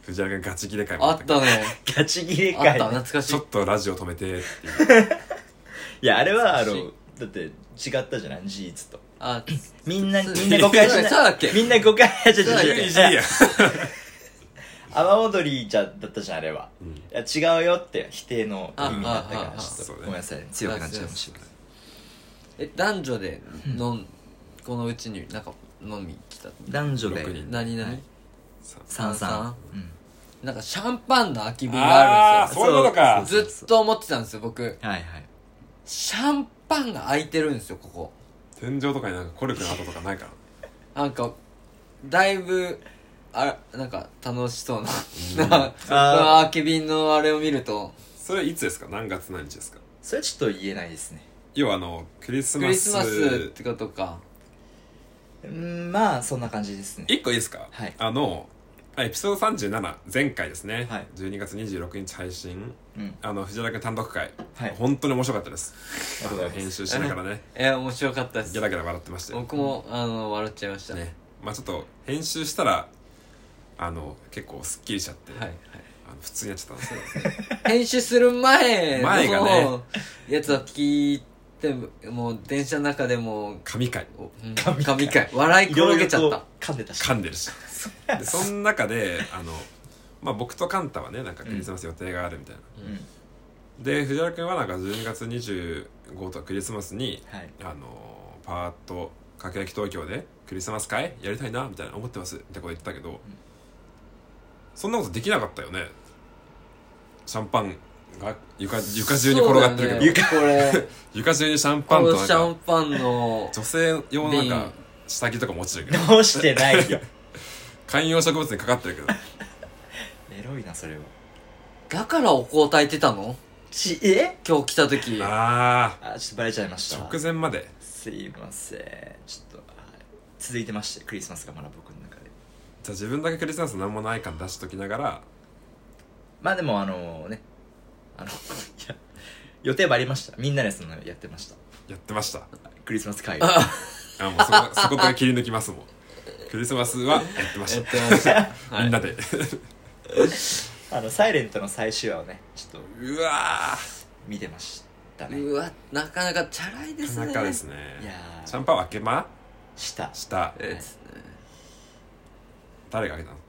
[SPEAKER 2] 藤原君ガチ切れ会も
[SPEAKER 3] あ
[SPEAKER 2] あっ
[SPEAKER 3] った
[SPEAKER 2] けど
[SPEAKER 3] たね
[SPEAKER 1] ガチ切れ
[SPEAKER 3] あった
[SPEAKER 1] 会
[SPEAKER 3] 懐かし
[SPEAKER 2] ち
[SPEAKER 3] い
[SPEAKER 2] ょっとラジオ止めてっていう
[SPEAKER 1] いやあれはあ
[SPEAKER 3] 優しい
[SPEAKER 1] のだって違ったじゃない事実と
[SPEAKER 3] あ
[SPEAKER 1] みんな
[SPEAKER 3] そう
[SPEAKER 1] みんな誤解し
[SPEAKER 3] そうだ
[SPEAKER 1] な
[SPEAKER 3] っけ
[SPEAKER 1] いみんな誤解じゃじゃ
[SPEAKER 3] そうだっけ
[SPEAKER 2] いいやいいや
[SPEAKER 1] 阿波踊りじゃだったじゃんあれは
[SPEAKER 2] うん
[SPEAKER 1] いや違うよって否定の意味だったか
[SPEAKER 3] あああ
[SPEAKER 1] ら
[SPEAKER 3] あ
[SPEAKER 1] ちょっと
[SPEAKER 2] そうね
[SPEAKER 1] ごめんなさい強くなっちゃいましたけど
[SPEAKER 3] え男女で飲んこのうちになんか飲み来た
[SPEAKER 1] 男女で
[SPEAKER 2] 六人
[SPEAKER 3] 何々
[SPEAKER 2] さ
[SPEAKER 1] 三
[SPEAKER 3] 三
[SPEAKER 1] 三
[SPEAKER 3] 々
[SPEAKER 1] うん
[SPEAKER 3] なんかシャンパンの空き瓶があるんですよ
[SPEAKER 2] そういうことか
[SPEAKER 1] そうそうそう
[SPEAKER 3] ずっと思ってたんですよ僕
[SPEAKER 1] はいはい
[SPEAKER 3] シャンパンが空いてるんですよここ
[SPEAKER 2] 天井とかになんかコルクの跡とかないから
[SPEAKER 3] なんかだいぶあなんか楽しそうな
[SPEAKER 2] うん
[SPEAKER 3] なその空き瓶のあれを見ると
[SPEAKER 2] それいつですか何月何日ですか
[SPEAKER 1] それはちょっと言えないですね
[SPEAKER 2] 要はあのクリス
[SPEAKER 3] ク
[SPEAKER 2] マ
[SPEAKER 3] リス
[SPEAKER 2] ス
[SPEAKER 3] マスってことか
[SPEAKER 1] うんまあそんな感じですね
[SPEAKER 2] 一個いいですか、
[SPEAKER 1] はい
[SPEAKER 2] あのあエピソード37前回ですね、
[SPEAKER 1] はい
[SPEAKER 2] 12月26日配信
[SPEAKER 1] うん
[SPEAKER 2] あの藤原君単独会、
[SPEAKER 1] はい
[SPEAKER 2] 本当に面白かったです
[SPEAKER 1] ありがとうございま
[SPEAKER 2] 編
[SPEAKER 1] す
[SPEAKER 2] 集しながらね
[SPEAKER 3] え面白かったです
[SPEAKER 2] ゲラゲラ笑ってましたよ
[SPEAKER 3] 僕もあの笑っちゃいました
[SPEAKER 2] ねまあちょっと編集したらあの結構すっきりしちゃって、
[SPEAKER 3] はいはい
[SPEAKER 2] あの普通にやっちゃったんですけど
[SPEAKER 3] 編集する前の
[SPEAKER 2] 前がね
[SPEAKER 3] やつは聞いてもう電車の中でも
[SPEAKER 2] 神回
[SPEAKER 3] おうん
[SPEAKER 1] 神回
[SPEAKER 3] 神回笑い
[SPEAKER 1] いろい
[SPEAKER 3] 転
[SPEAKER 1] ろ
[SPEAKER 3] げちゃった
[SPEAKER 1] と噛んでたし
[SPEAKER 2] 噛んでるしでその中であの、まあ、僕とカンタはねなんかクリスマス予定があるみたいな、
[SPEAKER 1] うん
[SPEAKER 2] で藤原君はなんか12月25とクリスマスに
[SPEAKER 1] はい
[SPEAKER 2] あのパーッと各駅東京でクリスマス会やりたいなみたいな思ってますってこと言ってたけど、そんなことできなかったよねシャンパンが床床中に転がってるけ
[SPEAKER 3] そ
[SPEAKER 2] ど、
[SPEAKER 3] うだよねこれ
[SPEAKER 2] 床中にシャンパ
[SPEAKER 3] こ
[SPEAKER 2] ンと
[SPEAKER 3] の
[SPEAKER 2] なん
[SPEAKER 3] シャン
[SPEAKER 2] か
[SPEAKER 3] パンの
[SPEAKER 2] 女性用のなんか
[SPEAKER 3] 瓶
[SPEAKER 2] 下着とかも落ちてるけど
[SPEAKER 1] どうしてないよ
[SPEAKER 2] 観葉植物にかかって るけど
[SPEAKER 1] エロいなそれは
[SPEAKER 3] だからお香炊いてたの
[SPEAKER 1] ちえ
[SPEAKER 3] 今日来た時
[SPEAKER 2] ああ
[SPEAKER 1] あちょっとバレちゃいました
[SPEAKER 2] 直前まです
[SPEAKER 1] いませんちょっとはい続いてましてクリスマスがまだ僕の中で
[SPEAKER 2] じゃあ自分だけクリスマスなんもない感出しときながら
[SPEAKER 1] まあでもあのねあの いや予定はありましたみんなでそのやってました
[SPEAKER 2] やってました
[SPEAKER 1] クリスマス会
[SPEAKER 3] あ
[SPEAKER 2] あもうそこ そこと切り抜きますもんクリスマスはやってま
[SPEAKER 3] や
[SPEAKER 2] し
[SPEAKER 3] ってました
[SPEAKER 2] た、
[SPEAKER 3] はい
[SPEAKER 2] みんなで
[SPEAKER 1] あの「サイレントの最終話をねちょっと
[SPEAKER 2] うわー
[SPEAKER 1] 見てましたね
[SPEAKER 3] うわなかなかチャラいで
[SPEAKER 2] な
[SPEAKER 3] す
[SPEAKER 2] か
[SPEAKER 3] ね
[SPEAKER 2] なかですね
[SPEAKER 1] いやー
[SPEAKER 2] シャンパンを開けま
[SPEAKER 1] した
[SPEAKER 2] した
[SPEAKER 3] えーですね
[SPEAKER 2] 誰が開けたの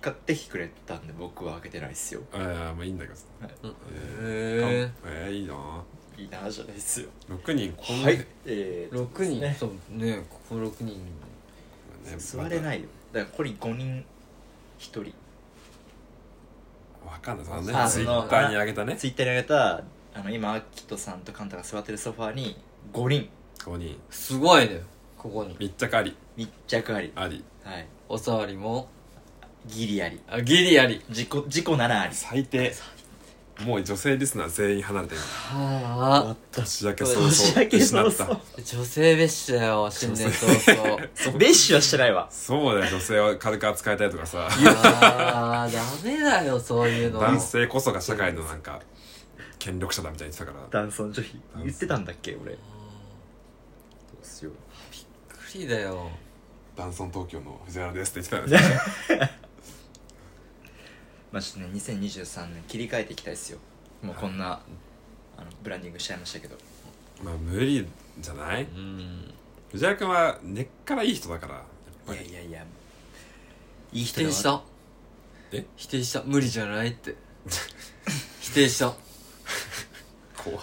[SPEAKER 1] 買ってきてくれたんで僕は開けてないっすよ
[SPEAKER 2] えー、もういいんだけどさ
[SPEAKER 3] え
[SPEAKER 2] えー、いいなぁ
[SPEAKER 1] いいなじゃないっすよ
[SPEAKER 2] 6人こんな、
[SPEAKER 1] はいえ
[SPEAKER 3] ー、
[SPEAKER 1] ー
[SPEAKER 3] 6人
[SPEAKER 1] ね
[SPEAKER 3] そうねここ6人
[SPEAKER 2] ね
[SPEAKER 1] 座れないよだからここに5人1人
[SPEAKER 2] またわかんないそのね
[SPEAKER 1] あ
[SPEAKER 2] ツイ
[SPEAKER 1] そ
[SPEAKER 2] ッ
[SPEAKER 1] の
[SPEAKER 2] ターに上げたね
[SPEAKER 1] ツイッターに上げたあの今アキトさんとカンタが座ってるソファーに5人
[SPEAKER 2] 5人
[SPEAKER 3] すごいねここに
[SPEAKER 2] 密着あり
[SPEAKER 1] 密着あり
[SPEAKER 2] あり
[SPEAKER 1] はい
[SPEAKER 3] おさわりも
[SPEAKER 1] ギリあり
[SPEAKER 3] あギリあり
[SPEAKER 1] 事故事故7あり
[SPEAKER 2] 最低もう女性リスナー全員離れて る
[SPEAKER 3] はあ
[SPEAKER 2] 年明け早々
[SPEAKER 1] 年明け
[SPEAKER 2] 失
[SPEAKER 1] 早
[SPEAKER 2] った
[SPEAKER 1] 々
[SPEAKER 3] 女性蔑視だよ新年早々
[SPEAKER 1] ベッシュはしてないわ
[SPEAKER 2] そうだよ女性を軽く扱いたいとかさ
[SPEAKER 3] ああダメだよそういうの
[SPEAKER 2] 男性こそが社会のなんか権力者だみたいに言ってたから
[SPEAKER 1] 男尊女卑言ってたんだっけ俺どうしよう
[SPEAKER 3] びっくりだよ
[SPEAKER 2] 男尊東京の藤原ですって言ってたん ですよ
[SPEAKER 1] まあちょっとね2023年切り替えていきたいですよもうこんな、あのブランディングしちゃいましたけど
[SPEAKER 2] まあ無理じゃない
[SPEAKER 3] うん
[SPEAKER 2] 藤原君は根っからいい人だからやっ
[SPEAKER 1] い
[SPEAKER 2] ぱ
[SPEAKER 1] や
[SPEAKER 2] り
[SPEAKER 1] いやいやいい
[SPEAKER 3] 否
[SPEAKER 1] 人
[SPEAKER 3] 定した
[SPEAKER 2] え
[SPEAKER 3] 否定した無理じゃないって否定した
[SPEAKER 2] 怖っ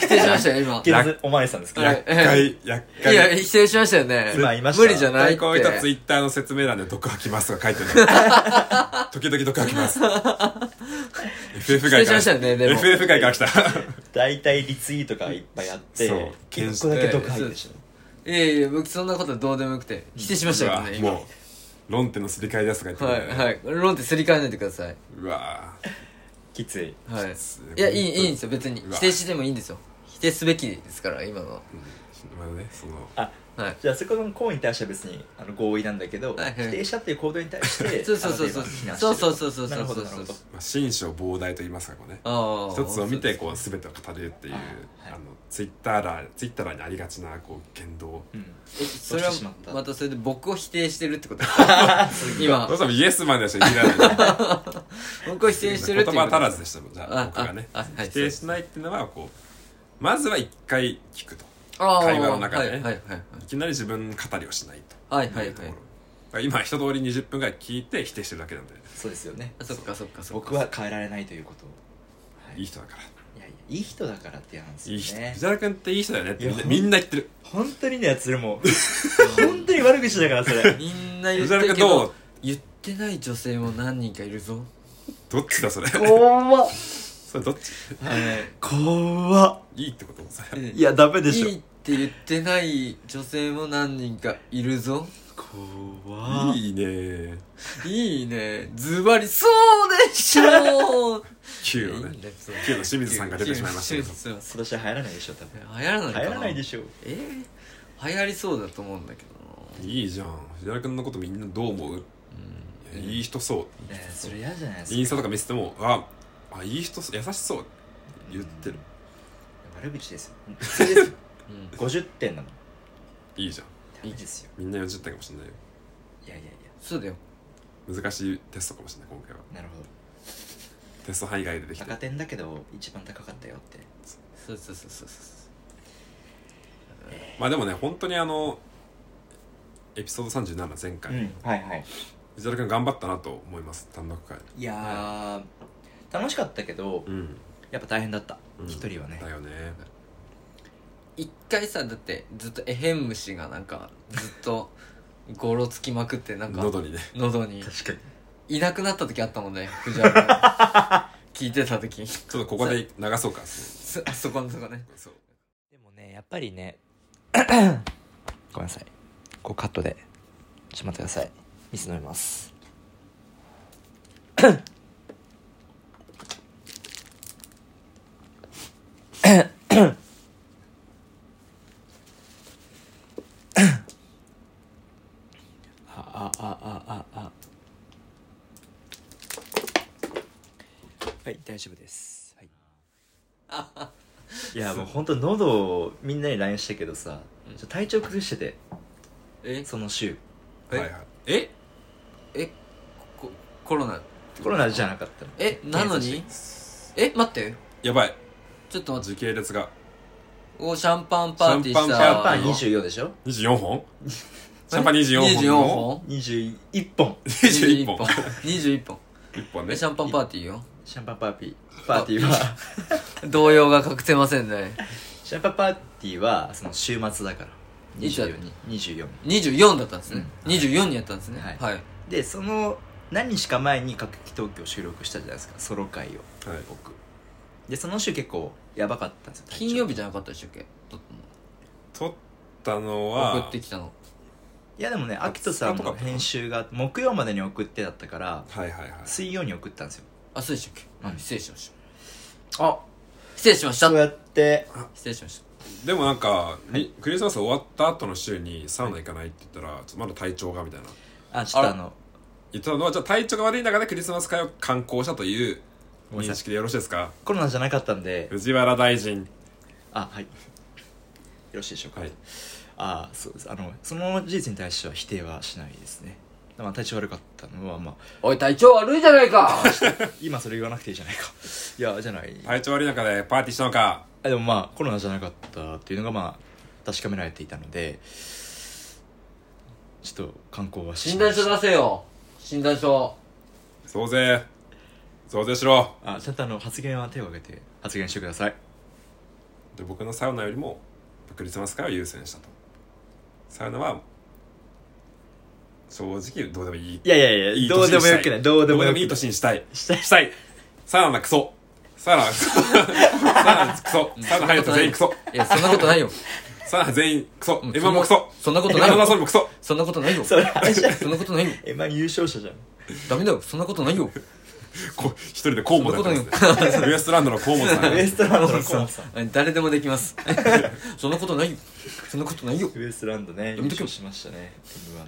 [SPEAKER 3] 否定しましたよ今
[SPEAKER 1] ゲラズおまわりさんですけど、
[SPEAKER 3] は
[SPEAKER 2] 厄介厄介
[SPEAKER 3] いや否定しましたよね
[SPEAKER 1] 今言いました
[SPEAKER 3] 無理じゃないって
[SPEAKER 2] こういったツイッターの説明欄で「毒吐きます」が書いてる 時々毒吐きます FF
[SPEAKER 3] 否
[SPEAKER 2] 外
[SPEAKER 3] 定し
[SPEAKER 2] から
[SPEAKER 3] ましたよねでも
[SPEAKER 2] FF 外から来た
[SPEAKER 1] 大体リツイートがいっぱいあって
[SPEAKER 2] そう
[SPEAKER 1] 結構だけ毒入ってるでしょ
[SPEAKER 3] いやいや僕そんなことどうでもよくて否定しましたよね
[SPEAKER 2] うわ
[SPEAKER 3] 今
[SPEAKER 2] もう論点のすり替えですとか言って、
[SPEAKER 3] はいはいい論点すり替えないでくださいう
[SPEAKER 2] わぁ
[SPEAKER 1] きつい
[SPEAKER 3] はい
[SPEAKER 2] す
[SPEAKER 3] いやいいいいんですよ別に
[SPEAKER 2] うわ
[SPEAKER 3] 否定してもいいんですよ否定すべきですから今のは
[SPEAKER 2] うんまあねその
[SPEAKER 3] はい
[SPEAKER 1] じゃあそこの行為に対しては別にあの合意なんだけど、
[SPEAKER 3] はいはい
[SPEAKER 1] 否定したっていう行動に対して
[SPEAKER 3] そうそうそうそう
[SPEAKER 1] あの非難してる
[SPEAKER 3] そうそうそうそうそうそう
[SPEAKER 1] なるほどなるほど
[SPEAKER 3] そ
[SPEAKER 2] まあ、心象膨大と言いますかこうね
[SPEAKER 3] ああ
[SPEAKER 2] 一つを見てこう全てを語れるっていう
[SPEAKER 1] あは
[SPEAKER 2] あ
[SPEAKER 1] い
[SPEAKER 2] のツイッターらツイッターらにありがちなこう言動
[SPEAKER 1] うん
[SPEAKER 3] えそれは
[SPEAKER 1] どうしてしまった
[SPEAKER 3] またそれで僕を否定してるってことですか今
[SPEAKER 2] どうしてもイエスマンでしか言いら れない
[SPEAKER 3] 僕を否定してるってい
[SPEAKER 2] 言
[SPEAKER 3] う
[SPEAKER 2] 葉
[SPEAKER 3] こと
[SPEAKER 2] 足らずでしたもんじゃあ
[SPEAKER 3] あ
[SPEAKER 2] 僕がね
[SPEAKER 3] ああはい
[SPEAKER 2] 否定しないっていうのはこうまずは一回聞くと
[SPEAKER 3] あー
[SPEAKER 2] 会話の中でね
[SPEAKER 3] はいはいはい
[SPEAKER 2] いきなり自分語りをしないと
[SPEAKER 3] はいはいはい
[SPEAKER 2] と
[SPEAKER 3] は
[SPEAKER 2] ころ
[SPEAKER 3] い
[SPEAKER 2] が今一通り20分ぐらい聞いて否定してるだけなんで
[SPEAKER 1] そうですよね
[SPEAKER 3] あそっかそっかそっか
[SPEAKER 1] 僕は変えられないということをはい
[SPEAKER 2] い
[SPEAKER 1] い
[SPEAKER 2] 人だから
[SPEAKER 1] やいやいい人だからってやなんです
[SPEAKER 2] いい人
[SPEAKER 1] よね
[SPEAKER 2] 藤原君っていい人だよねってみんない
[SPEAKER 1] や
[SPEAKER 2] みんな言ってる
[SPEAKER 1] 本当にねそれ もう本当に悪口だからそれ
[SPEAKER 3] みんな言
[SPEAKER 2] 藤
[SPEAKER 3] っ
[SPEAKER 2] 原
[SPEAKER 3] てる
[SPEAKER 2] 君
[SPEAKER 3] け
[SPEAKER 2] ど
[SPEAKER 3] ど
[SPEAKER 2] う
[SPEAKER 3] 言ってない女性も何人かいるぞ
[SPEAKER 2] どっちだそれ
[SPEAKER 1] 怖っ
[SPEAKER 2] それどっち
[SPEAKER 3] はい
[SPEAKER 1] 怖っ
[SPEAKER 2] いいってことそれ
[SPEAKER 1] いやダメ
[SPEAKER 3] い
[SPEAKER 1] でしょ
[SPEAKER 3] いって言ってない女性も何人かいるぞ
[SPEAKER 1] 怖っ
[SPEAKER 2] いいね
[SPEAKER 3] いいねズバリそうでしょう
[SPEAKER 2] Q を
[SPEAKER 3] いい
[SPEAKER 2] ね
[SPEAKER 3] んだよそれ
[SPEAKER 2] Q の清水さんが出てしまいましたけど
[SPEAKER 3] すいませ
[SPEAKER 1] それじゃ流行らないでしょ多分
[SPEAKER 3] ん流行らないか
[SPEAKER 1] 流行らないでしょ
[SPEAKER 3] えー、流行りそうだと思うんだけど
[SPEAKER 2] いいじゃん藤原君のことみんなどう思ういやいい人そう
[SPEAKER 1] ねえそれ嫌じゃないですか
[SPEAKER 2] インスタとか見せてもああいい人そう優しそう言ってる
[SPEAKER 1] 悪口ですよ普通ですよ
[SPEAKER 3] なうん、
[SPEAKER 1] 50点なの
[SPEAKER 2] いいじゃん
[SPEAKER 1] ダメですよ
[SPEAKER 2] みんな40点かもしれないよ
[SPEAKER 1] いやいやい
[SPEAKER 3] そうだよ
[SPEAKER 2] 難しいテストかもしれない今回は
[SPEAKER 1] やなるほど
[SPEAKER 2] テスト範囲外でできて
[SPEAKER 1] 高点だけど一番高かったよって
[SPEAKER 3] そうそうそうそうそ
[SPEAKER 2] まあでもね本当にあのエピソード37前回、
[SPEAKER 1] うんはいはい
[SPEAKER 2] 藤原君頑張ったなと思います単独会
[SPEAKER 1] いやー楽しかったけど
[SPEAKER 2] うん
[SPEAKER 1] やっぱ大変だった
[SPEAKER 2] うん
[SPEAKER 1] 一人はね
[SPEAKER 2] だよね
[SPEAKER 3] う一回さだってずっとエヘン虫がなんかずっとゴロつきまくってなんか
[SPEAKER 2] 喉にね
[SPEAKER 3] 喉に
[SPEAKER 1] 確かに
[SPEAKER 3] いなくなった時あったもんね藤原が聞いてた時
[SPEAKER 2] ちょっとここで流そうかそ
[SPEAKER 3] そあそこのとこね
[SPEAKER 2] うそう
[SPEAKER 1] でもねやっぱりね ごめんなさいこうカットでちょっと待ってください水飲みますあああああはい大丈夫です、はいいやもう本当喉をみんなに LINE したけどさ、
[SPEAKER 3] う
[SPEAKER 1] ち
[SPEAKER 3] ん
[SPEAKER 1] ょっと体調崩してて
[SPEAKER 3] え
[SPEAKER 1] その週
[SPEAKER 3] え
[SPEAKER 2] はいはいえ
[SPEAKER 3] えこコロナ
[SPEAKER 1] コロナじゃなかったの
[SPEAKER 3] えなのにえ待って
[SPEAKER 2] やばい
[SPEAKER 3] ちょっと待って
[SPEAKER 2] 時系列が
[SPEAKER 3] おシャンパンパーティーした
[SPEAKER 2] シャン
[SPEAKER 1] シャンパン
[SPEAKER 2] 二十
[SPEAKER 1] 24でしょ
[SPEAKER 2] 24本 シャンパン24本
[SPEAKER 3] 24
[SPEAKER 2] の
[SPEAKER 3] 本
[SPEAKER 1] 21本
[SPEAKER 2] 21本
[SPEAKER 3] 21本
[SPEAKER 2] 1本
[SPEAKER 3] え
[SPEAKER 2] ね
[SPEAKER 3] シャンパンパーティーよ
[SPEAKER 1] シャンパンパーティーパーティーは
[SPEAKER 3] 動揺が隠せませんね
[SPEAKER 1] シャンパンパーティーはその週末だから
[SPEAKER 3] いつだっ
[SPEAKER 1] 24に24に
[SPEAKER 3] 24だったんですね、
[SPEAKER 1] うん
[SPEAKER 3] 24にやったんですね
[SPEAKER 1] はい
[SPEAKER 3] はい、
[SPEAKER 1] でその何日か前に「歌劇東京」収録したじゃないですかソロ回を
[SPEAKER 2] はい
[SPEAKER 1] 僕でその週結構やばかったんですよ体調
[SPEAKER 3] 金曜日じゃなかったでしたっけ撮っ
[SPEAKER 2] 撮ったの
[SPEAKER 3] たの
[SPEAKER 2] は
[SPEAKER 3] 送ってきたの
[SPEAKER 1] いやでもねアキトさんの編集が木曜までに送ってだったから
[SPEAKER 2] はいはいはい
[SPEAKER 1] 水曜に送ったんですよ
[SPEAKER 3] あそうでしたっけ、
[SPEAKER 1] うん
[SPEAKER 3] 失礼しました
[SPEAKER 1] あ
[SPEAKER 3] 失礼しました
[SPEAKER 1] そうやって
[SPEAKER 3] 失礼しました
[SPEAKER 2] でもなんか、にクリスマス終わった後の週にサウナ行かないって言ったら、ちょっとまだ体調がみたいな
[SPEAKER 1] あちょっとあの
[SPEAKER 2] 言ったのはじゃあ体調が悪い中でクリスマス会を観光したという
[SPEAKER 1] ごめんなさ
[SPEAKER 2] 認
[SPEAKER 1] い
[SPEAKER 2] 識でよろしいですか
[SPEAKER 1] コロナじゃなかったんで
[SPEAKER 2] 藤原大臣
[SPEAKER 1] あはいよろしいでしょうか、
[SPEAKER 2] はい
[SPEAKER 1] あそうですあのその事実に対しては否定はしないですねまあ体調悪かったのはま
[SPEAKER 3] おい体調悪いじゃない
[SPEAKER 1] あ
[SPEAKER 3] か
[SPEAKER 1] 今それ言わなくていいじゃないか いやじゃない、
[SPEAKER 2] 体調悪い中でパーティーしたのか
[SPEAKER 1] あでもまあコロナじゃなかったっていうのがまあ確かめられていたのでちょっと観光はし
[SPEAKER 3] 診
[SPEAKER 1] ま
[SPEAKER 3] 断
[SPEAKER 1] した
[SPEAKER 3] 書出せよ診断書
[SPEAKER 2] 増税増税しろ
[SPEAKER 1] あちゃんとあの発言は手を挙げて発言してください
[SPEAKER 2] で僕のサウナよりもクリスマス会を優先したとサウナは正直どうでもいい
[SPEAKER 1] いやいやい
[SPEAKER 2] い
[SPEAKER 1] や
[SPEAKER 2] い
[SPEAKER 1] どう
[SPEAKER 2] 年
[SPEAKER 1] でも
[SPEAKER 2] にした
[SPEAKER 1] よくないどうでもよく
[SPEAKER 2] いい
[SPEAKER 1] ない
[SPEAKER 2] 年にしたい
[SPEAKER 1] したい
[SPEAKER 2] したいサウナクソサウナクソサウナクソサウナ入ると全員クソ
[SPEAKER 3] いやそんなこ とないよ
[SPEAKER 2] サウナ全員クソ
[SPEAKER 3] うん
[SPEAKER 2] M1 もクソ
[SPEAKER 3] そんなことない
[SPEAKER 2] M1 の
[SPEAKER 3] よ
[SPEAKER 2] ソリもクソ
[SPEAKER 3] そんなことないよ
[SPEAKER 1] それあれじゃん
[SPEAKER 3] そんなことないよ
[SPEAKER 1] えまあ優勝者じゃん
[SPEAKER 3] ダメだよそんなことないよ
[SPEAKER 2] こ一人で河本やってますねウエストランドの河本さ ん
[SPEAKER 1] ウエストランドのさ
[SPEAKER 3] 誰でもできますそんなことないよそんなことないよ
[SPEAKER 1] ウエストランドね優
[SPEAKER 3] やめとけ
[SPEAKER 1] 勝しましたね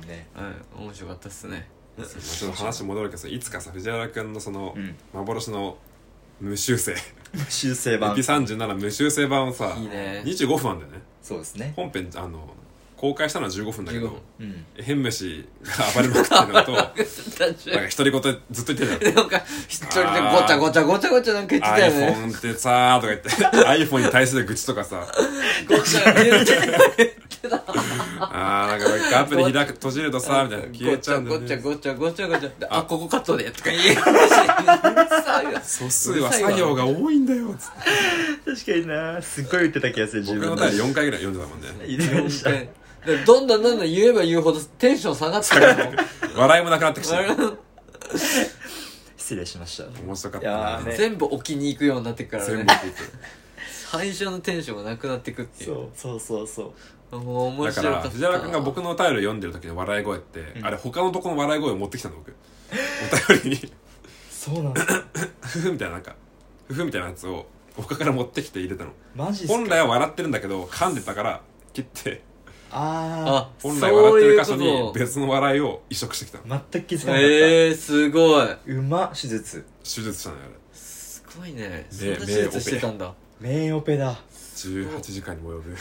[SPEAKER 1] M1 ね
[SPEAKER 3] はい面白かったっすね
[SPEAKER 2] ちょっと話戻るけどさいつかさ藤原君のその
[SPEAKER 1] うん
[SPEAKER 2] 幻の無修正エ
[SPEAKER 1] 修正
[SPEAKER 2] ピ
[SPEAKER 1] 版
[SPEAKER 2] 37無修正版をさ
[SPEAKER 3] いいね
[SPEAKER 2] 25分あんだよね
[SPEAKER 1] そうですね
[SPEAKER 2] 本編あの公開したのは15分だけ
[SPEAKER 3] 15
[SPEAKER 2] ど
[SPEAKER 3] 分
[SPEAKER 1] うん
[SPEAKER 2] 変飯が暴れまくってるのとなんか独り言ずっと言ってたよ
[SPEAKER 3] なんか一人でごちゃごちゃごちゃごちゃなんか言ってたよね
[SPEAKER 2] iPhone ってさーとか言って iPhone に対する愚痴とかさ
[SPEAKER 3] ごちゃ言って
[SPEAKER 2] あーなんかなんかアプリ開く閉じるとさーみたいな消えちゃうんだよ
[SPEAKER 3] ごちゃ
[SPEAKER 2] ね
[SPEAKER 3] ごちゃごちゃごちゃごちゃあここカットでとか言えるし
[SPEAKER 2] 素数は作業が多いんだよつっ
[SPEAKER 1] 確
[SPEAKER 2] て
[SPEAKER 1] かになすっごい言ってた気がする自
[SPEAKER 2] 僕
[SPEAKER 1] 分
[SPEAKER 2] の
[SPEAKER 1] の
[SPEAKER 2] 歌4回ぐらい読んでたもんね
[SPEAKER 1] 言ってました
[SPEAKER 3] 本当にどんどんどんどん言えば言うほどテンション下がってくる
[SPEAKER 2] 笑いもなくなってきて
[SPEAKER 3] もん
[SPEAKER 1] 失礼しました
[SPEAKER 2] 面白かっ
[SPEAKER 1] いや
[SPEAKER 2] た
[SPEAKER 1] ー
[SPEAKER 2] な
[SPEAKER 1] ね
[SPEAKER 3] 全部置きに行くようになってくから
[SPEAKER 2] 全
[SPEAKER 3] ね
[SPEAKER 2] 部聞いて
[SPEAKER 3] 最初のテンションがなくなってくっていう
[SPEAKER 1] そうそうそうそう
[SPEAKER 3] もう面
[SPEAKER 2] だ
[SPEAKER 3] 白
[SPEAKER 2] か
[SPEAKER 3] かっ
[SPEAKER 2] ら
[SPEAKER 3] た
[SPEAKER 2] 藤原君が僕のお便りを読んでる時の笑い声って、
[SPEAKER 1] うん
[SPEAKER 2] あれ他のとこの笑い声を持ってきたの僕お便りに
[SPEAKER 1] そうなんです か
[SPEAKER 2] ふふみたいななんかふふみたいなやつを他から持ってきて入れたの
[SPEAKER 1] マジっすか
[SPEAKER 2] 本来は笑ってるんだけど噛んでたから切って
[SPEAKER 1] あ
[SPEAKER 3] あ
[SPEAKER 2] 本来笑ってる箇所
[SPEAKER 3] そういうこ
[SPEAKER 2] に別の笑いを移植してきたの
[SPEAKER 1] あ全く気づ
[SPEAKER 3] と
[SPEAKER 1] かなかった、
[SPEAKER 3] えー、すごいう
[SPEAKER 1] ま手術
[SPEAKER 2] 手術したのよあれ
[SPEAKER 3] すごいねそん
[SPEAKER 2] で
[SPEAKER 3] な手術してたんだ
[SPEAKER 1] 名オペだ
[SPEAKER 2] 18時間にも及ぶ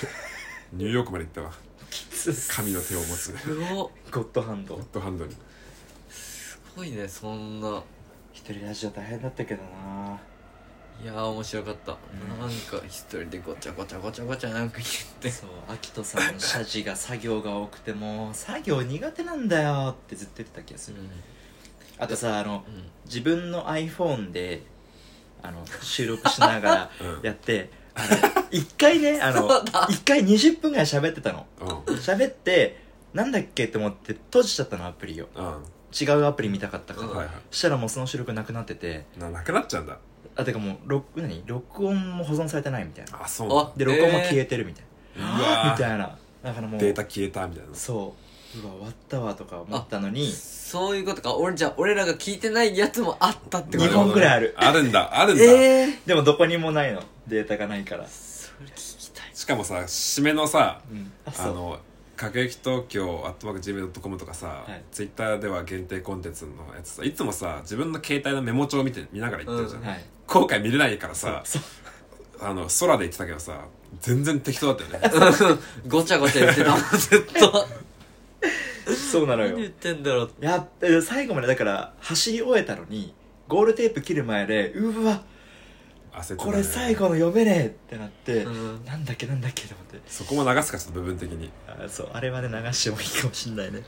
[SPEAKER 2] ニューヨークまで行ったわ神の手を持つ
[SPEAKER 3] すごっ
[SPEAKER 1] ゴッドハンド
[SPEAKER 2] ゴッドハンドに
[SPEAKER 3] すごいねそんな
[SPEAKER 1] 一人ラジオ大変だったけどない
[SPEAKER 3] やー面白かった、
[SPEAKER 1] ん
[SPEAKER 3] なんか一人でごちゃごちゃごちゃごちゃなんか言って
[SPEAKER 1] そう秋人さんの謝辞が作業が多くてもう作業苦手なんだよってずっと言ってた気がす
[SPEAKER 3] うん
[SPEAKER 1] る、あとさあの自分の iPhone であの収録しながら
[SPEAKER 2] うん
[SPEAKER 1] やって、あの一回 ねあの
[SPEAKER 3] そうだ
[SPEAKER 1] 一回20分ぐらい喋ってたの
[SPEAKER 2] うん
[SPEAKER 1] 喋ってなんだっけって思って閉じちゃったのアプリを
[SPEAKER 2] うん
[SPEAKER 1] 違うアプリ見たかったから、
[SPEAKER 3] うん
[SPEAKER 2] はいは
[SPEAKER 1] そしたらもうその収録なくなってて
[SPEAKER 2] いななくなっちゃうんだ
[SPEAKER 1] あてかもう録何録音も保存されてないみたいな
[SPEAKER 2] あそうなんだ
[SPEAKER 1] で録音も消えてるみたいな、
[SPEAKER 2] うわー
[SPEAKER 1] みたいなだからもう
[SPEAKER 2] データ消えたみたいな
[SPEAKER 1] そううわ終わったわとか思ったのに
[SPEAKER 3] そういうことか俺じゃあ俺らが聞いてないやつもあったってこ
[SPEAKER 1] 日
[SPEAKER 3] と
[SPEAKER 1] 二本ぐらいある
[SPEAKER 2] あるんだあるんだ、
[SPEAKER 3] ええ
[SPEAKER 1] でもどこにもないのデータがないから
[SPEAKER 3] それ聞きたい
[SPEAKER 2] しかもさ締めのさ
[SPEAKER 1] うんあ
[SPEAKER 2] あ
[SPEAKER 1] そう
[SPEAKER 2] の「かけゆき東京」「アットマーク Gmail.com」とかさ、
[SPEAKER 1] はい
[SPEAKER 2] ツイッターでは限定コンテンツのやつさいつもさ自分の携帯のメモ帳を見て見ながら言ってるじゃん、
[SPEAKER 3] うん
[SPEAKER 1] はい
[SPEAKER 2] 今回見れないからさ
[SPEAKER 1] そう
[SPEAKER 2] あの空で言ってたけどさ全然適当だ ったよね
[SPEAKER 3] ごちゃごちゃ言ってたもん ずっと
[SPEAKER 1] そうなの
[SPEAKER 3] 何言っ
[SPEAKER 1] よ
[SPEAKER 3] てんだろう
[SPEAKER 1] やっえ最後までだから走り終えたのにゴールテープ切る前でうわ
[SPEAKER 2] 焦ってたね
[SPEAKER 1] これ最後の読めねえってなって、
[SPEAKER 3] うん
[SPEAKER 1] なんだっけなんだっけと思って
[SPEAKER 2] そこも流すかちょっと部分的に
[SPEAKER 1] あそうあれはね流してもいいかもしんないね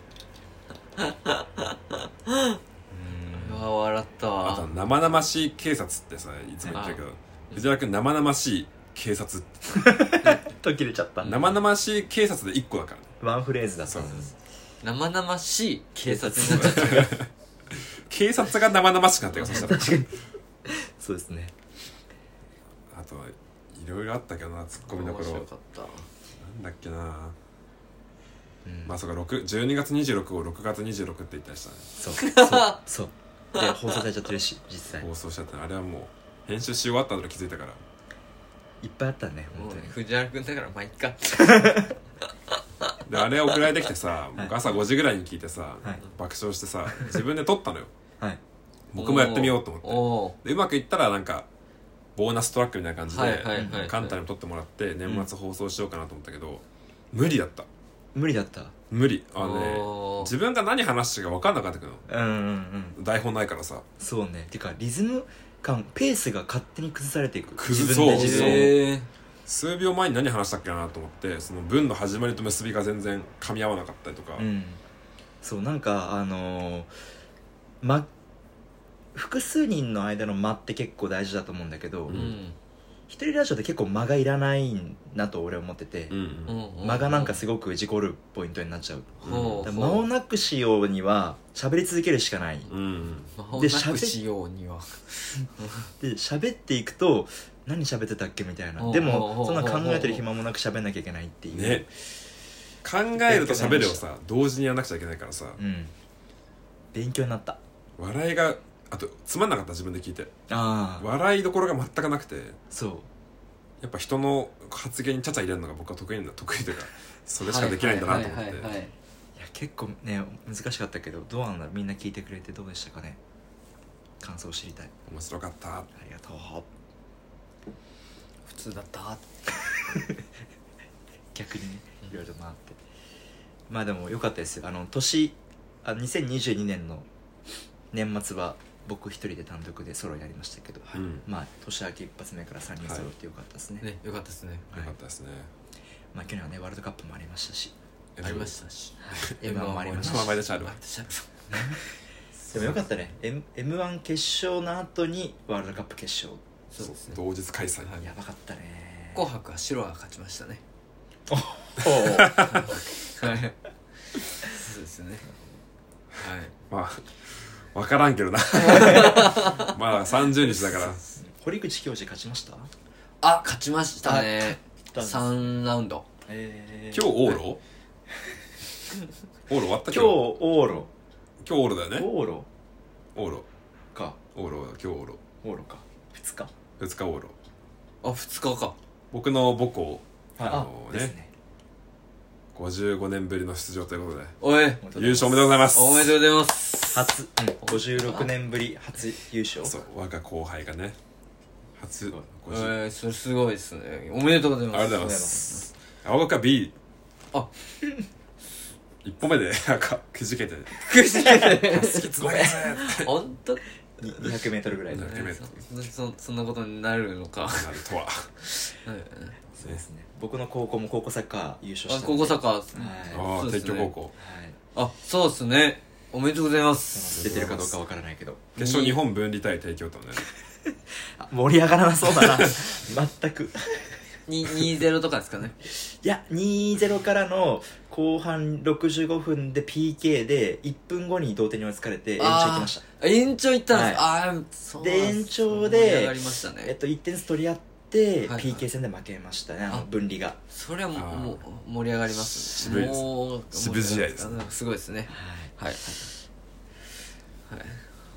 [SPEAKER 3] うわ笑った
[SPEAKER 2] あ
[SPEAKER 3] わ
[SPEAKER 2] と生々しい警察ってさいつも言ってるけど藤原君生々しい警察って
[SPEAKER 1] 途切れちゃった
[SPEAKER 2] 生々しい警察で1個だからね
[SPEAKER 1] ワンフレーズだった
[SPEAKER 2] そう
[SPEAKER 3] 生々しい警察になっちゃった
[SPEAKER 2] 警察が生々しくなったよそしたら
[SPEAKER 1] そうですね
[SPEAKER 2] あといろいろあったけどなツッコミどこ
[SPEAKER 3] 面
[SPEAKER 2] ろ
[SPEAKER 3] 白かった
[SPEAKER 2] なんだっけな
[SPEAKER 1] うん
[SPEAKER 2] まあそうか6 12月26を6月26って言ったりしたね
[SPEAKER 1] そうそうそうで放送されちゃってるし実際
[SPEAKER 2] 放送しちゃったねあれはもう編集し終わった後で気づいたから
[SPEAKER 1] いっぱいあったね
[SPEAKER 3] も
[SPEAKER 1] 本
[SPEAKER 3] う
[SPEAKER 1] 当
[SPEAKER 3] ね
[SPEAKER 1] に
[SPEAKER 3] 藤原君だからまあいっか
[SPEAKER 2] であれ送られてきてさ僕朝5時ぐらいに聞いてさ
[SPEAKER 1] はい
[SPEAKER 2] 爆笑してさ自分で撮ったの よ
[SPEAKER 1] はい
[SPEAKER 2] 僕もやってみようと思って
[SPEAKER 3] おー
[SPEAKER 2] でうまくいったらなんかボーナストラックみたいな感じで、
[SPEAKER 3] はいはい
[SPEAKER 1] うん
[SPEAKER 3] はい
[SPEAKER 2] カンタにも撮ってもらって年末放送しようかなと思ったけど、無理だった
[SPEAKER 1] 無理だった
[SPEAKER 2] 無理あのね
[SPEAKER 3] おー
[SPEAKER 2] 自分が何話してるか分かんなくなってくる
[SPEAKER 1] う
[SPEAKER 2] の
[SPEAKER 1] んうんうん
[SPEAKER 2] 台本ないからさ
[SPEAKER 1] そうねてかリズム感ペースが勝手に崩されていく
[SPEAKER 2] 崩
[SPEAKER 1] 自分で
[SPEAKER 2] そう
[SPEAKER 1] 自分で
[SPEAKER 3] へー
[SPEAKER 2] 数秒前に何話したっけなと思ってその文の始まりと結びが全然噛み合わなかったりとか、
[SPEAKER 1] うんそうなんかあのーま複数人の間の間って結構大事だと思うんだけど、
[SPEAKER 2] う
[SPEAKER 3] うん
[SPEAKER 1] 一人ラジオって結構間がいらないなと俺は思ってて、
[SPEAKER 2] うんうん
[SPEAKER 3] うん
[SPEAKER 1] 間がなんかすごく事故るポイントになっちゃう
[SPEAKER 3] ほう
[SPEAKER 1] だから間をなくしようには喋り続けるしかない
[SPEAKER 2] うんうん
[SPEAKER 3] 魔法
[SPEAKER 1] で
[SPEAKER 3] な
[SPEAKER 1] 喋っ
[SPEAKER 3] くしようには
[SPEAKER 1] で喋っていくと何喋ってたっけみたいな
[SPEAKER 3] ほう
[SPEAKER 1] で
[SPEAKER 3] ほ
[SPEAKER 1] も
[SPEAKER 3] う
[SPEAKER 1] そんな考えてる
[SPEAKER 3] ほう
[SPEAKER 1] 暇もなく喋んなきゃいけないっていう
[SPEAKER 2] ね考えると喋るをさ同時にやらなくちゃいけないからさ、
[SPEAKER 1] うん勉強になった
[SPEAKER 2] 笑いがあとつまんなかった自分で聞いて
[SPEAKER 1] ああ
[SPEAKER 2] 笑いどころが全くなくて
[SPEAKER 1] そう
[SPEAKER 2] やっぱ人の発言にちゃちゃ入れるのが僕は得意なんだ得意というかそれしかできないんだなと思って
[SPEAKER 3] はいはいはい
[SPEAKER 1] い
[SPEAKER 3] はい
[SPEAKER 1] や結構ね難しかったけどどうなんだろうみんな聞いてくれてどうでしたかね感想を知りたい
[SPEAKER 2] 面白かった
[SPEAKER 1] ありがとう
[SPEAKER 3] 普通だった
[SPEAKER 1] 逆にねいろいろ回ってまあでも良かったですよあの年あ2022年の年末は僕一人で単独でソロやりましたけど、
[SPEAKER 2] うんよ
[SPEAKER 1] まあ年明け一発目から3人揃って良かったですね,、
[SPEAKER 3] ねよかったですね
[SPEAKER 1] はい
[SPEAKER 2] かったですね
[SPEAKER 1] まあ去年はねワールドカップもありましたし
[SPEAKER 3] ありましたし
[SPEAKER 1] M1 もありまし
[SPEAKER 2] その
[SPEAKER 1] た
[SPEAKER 2] 前
[SPEAKER 1] し
[SPEAKER 2] でしあるわ
[SPEAKER 1] でも良かったね M 1決勝の後にワールドカップ決勝
[SPEAKER 3] そうですね
[SPEAKER 2] 同日開催
[SPEAKER 3] はい
[SPEAKER 1] やばかったね
[SPEAKER 3] 紅白は白が勝ちましたね
[SPEAKER 1] お
[SPEAKER 3] はいそうですねはい
[SPEAKER 2] まあ分からん けどなまだ30日だから
[SPEAKER 1] 堀口教授勝ちました
[SPEAKER 3] あ勝ちましたね
[SPEAKER 1] あ勝った
[SPEAKER 3] 3ラウンド
[SPEAKER 1] えー
[SPEAKER 2] 今日オーロオーロ終わった
[SPEAKER 1] 今日オーロ
[SPEAKER 2] 今日オーロだよね
[SPEAKER 1] オーロ
[SPEAKER 2] オーロ
[SPEAKER 1] か
[SPEAKER 2] オーロ今日オーロ
[SPEAKER 1] オーロか2日
[SPEAKER 2] 2日オーロ
[SPEAKER 3] あ2日か
[SPEAKER 2] 僕の母校
[SPEAKER 1] あ
[SPEAKER 2] あの
[SPEAKER 1] で
[SPEAKER 2] ね
[SPEAKER 1] すね
[SPEAKER 2] 55年ぶりの出場ということで
[SPEAKER 3] おい
[SPEAKER 1] おめでとうございます
[SPEAKER 2] 優勝おめでとうございます
[SPEAKER 3] おめでとうございます
[SPEAKER 1] 初、うん、56年ぶり初優勝
[SPEAKER 2] そう我が後輩がね初
[SPEAKER 1] ごい
[SPEAKER 3] え
[SPEAKER 2] 50
[SPEAKER 3] ー、それすごいですねおめでとうございます
[SPEAKER 2] ありがとうございます青学は B
[SPEAKER 3] あ
[SPEAKER 2] 一歩目でなんかくじけて
[SPEAKER 3] くじけて
[SPEAKER 2] ごめん
[SPEAKER 3] 本当
[SPEAKER 1] に 200m ぐらいの
[SPEAKER 2] うん
[SPEAKER 3] ねそそそんなことになるのか、
[SPEAKER 2] なるとは
[SPEAKER 3] はい
[SPEAKER 1] そうですね僕の高校も高校サッカー優勝し
[SPEAKER 3] あ
[SPEAKER 1] た
[SPEAKER 3] 高校サッ
[SPEAKER 1] カ
[SPEAKER 3] カー
[SPEAKER 1] は
[SPEAKER 2] あ
[SPEAKER 3] そ
[SPEAKER 2] あ
[SPEAKER 3] うで
[SPEAKER 2] 帝
[SPEAKER 3] すね
[SPEAKER 2] 京高校
[SPEAKER 1] はい
[SPEAKER 3] あそうですねおめでとうございま
[SPEAKER 1] ますあ出てるかどうかわからないけど
[SPEAKER 2] 決勝日本分離対帝京とね
[SPEAKER 1] あ盛り上がらなそうだ な全く
[SPEAKER 3] に2-0とかですかね
[SPEAKER 1] いや2-0からの後半65分で PK で1分後に同点に追いつかれて延長行きました
[SPEAKER 3] あ延長いったんです、ああそうなんす
[SPEAKER 1] で延長
[SPEAKER 3] 盛り上
[SPEAKER 1] で
[SPEAKER 3] がりました
[SPEAKER 1] えっ
[SPEAKER 3] ね
[SPEAKER 1] と、1点ずつ取り合って、
[SPEAKER 3] いはい
[SPEAKER 1] PK 戦で負けましたねあ
[SPEAKER 3] あ
[SPEAKER 1] の分離が
[SPEAKER 3] それはも
[SPEAKER 2] あー
[SPEAKER 3] うもう盛り上がります
[SPEAKER 2] 渋いです
[SPEAKER 3] もう
[SPEAKER 2] 渋試合です
[SPEAKER 3] ねすごいですね
[SPEAKER 1] はい
[SPEAKER 3] はいはい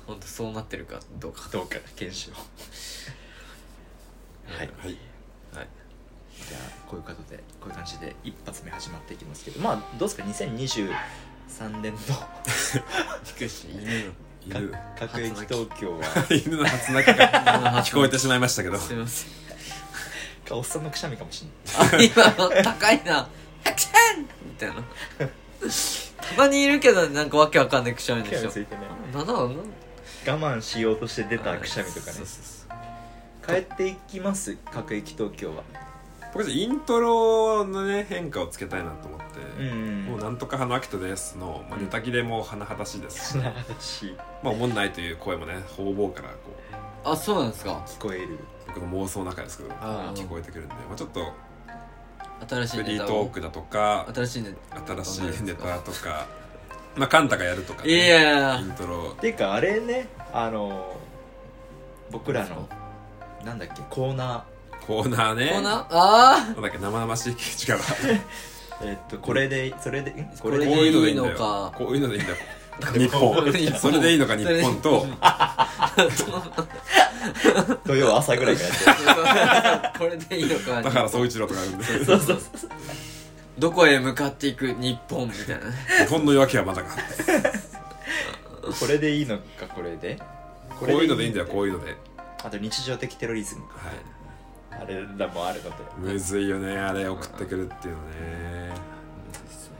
[SPEAKER 3] 本当そうなってるかどうか
[SPEAKER 1] どうか検証はい
[SPEAKER 2] はい
[SPEAKER 3] はい
[SPEAKER 1] じゃあこういうことでこういう感じで一発目始まっていきますけどまあどうですか2023年度
[SPEAKER 3] びっくりした犬
[SPEAKER 2] 犬
[SPEAKER 1] 各各駅東京は
[SPEAKER 2] 犬の初鳴きが
[SPEAKER 3] の
[SPEAKER 2] 聞こえてしまいましたけど
[SPEAKER 3] すいません
[SPEAKER 1] おっさんのくしゃみかもしれない
[SPEAKER 3] あ 今の高いなアクションみたいなたまにいるけどなんかわけわかんないくしゃみ
[SPEAKER 1] くし
[SPEAKER 3] で
[SPEAKER 1] ゃ
[SPEAKER 3] し
[SPEAKER 1] み
[SPEAKER 3] ょ
[SPEAKER 1] ついてね
[SPEAKER 3] なんだろうな
[SPEAKER 1] 我慢しようとして出たくしゃみとか
[SPEAKER 3] あ
[SPEAKER 1] ね
[SPEAKER 3] そうそうそう
[SPEAKER 1] 帰っていきます各駅東京は
[SPEAKER 2] 僕たちイントロのね変化をつけたいなと思っ
[SPEAKER 1] う
[SPEAKER 2] て「もうんなんとか花秋人です」のまあネタ切れも甚だしいですし
[SPEAKER 1] 砂嵐
[SPEAKER 2] まあおもんないという声もね方々からこう
[SPEAKER 3] あそうなんですか
[SPEAKER 1] 聞こえる
[SPEAKER 2] 僕の妄想の中ですけど
[SPEAKER 3] あー
[SPEAKER 2] 聞こえてくるんで、まあ、ちょっと
[SPEAKER 3] 新しい
[SPEAKER 2] フリ
[SPEAKER 3] ネ
[SPEAKER 2] ー
[SPEAKER 3] タ
[SPEAKER 2] ト
[SPEAKER 3] を
[SPEAKER 2] ークだとか
[SPEAKER 3] 新しいネ
[SPEAKER 2] 新しいネタとかまあカンタがやるとか、
[SPEAKER 3] タいやいやい
[SPEAKER 2] イ
[SPEAKER 3] や
[SPEAKER 2] ントロ
[SPEAKER 1] っていうかあれねあの僕らのなんだっけコーナ
[SPEAKER 2] コーナーね
[SPEAKER 3] コーナー あ
[SPEAKER 2] なんだっけ生々しい違うわ
[SPEAKER 1] ーえっとこれでそれでんこれ
[SPEAKER 3] こ
[SPEAKER 1] で
[SPEAKER 3] れ
[SPEAKER 2] こう
[SPEAKER 3] で
[SPEAKER 2] いうのでいいんだ
[SPEAKER 3] いいのか
[SPEAKER 2] よこういうのでいいんだよ日本
[SPEAKER 3] あ
[SPEAKER 2] それでいいのか日本と
[SPEAKER 1] 土曜朝ぐらいからやって
[SPEAKER 3] これでいいのか
[SPEAKER 2] だから総一郎とかあるんで
[SPEAKER 1] そうそうそう
[SPEAKER 3] どこへ向かっていく日本みたい な
[SPEAKER 2] 日本の夜明けはまだか
[SPEAKER 1] これでいいのかこれで
[SPEAKER 2] こういうのでいいんだよこ
[SPEAKER 1] う
[SPEAKER 2] ういうので
[SPEAKER 1] あと日常的テロリズムか
[SPEAKER 2] はい
[SPEAKER 1] あれらもあるので
[SPEAKER 2] むずいよねあれ送ってくるっていうのね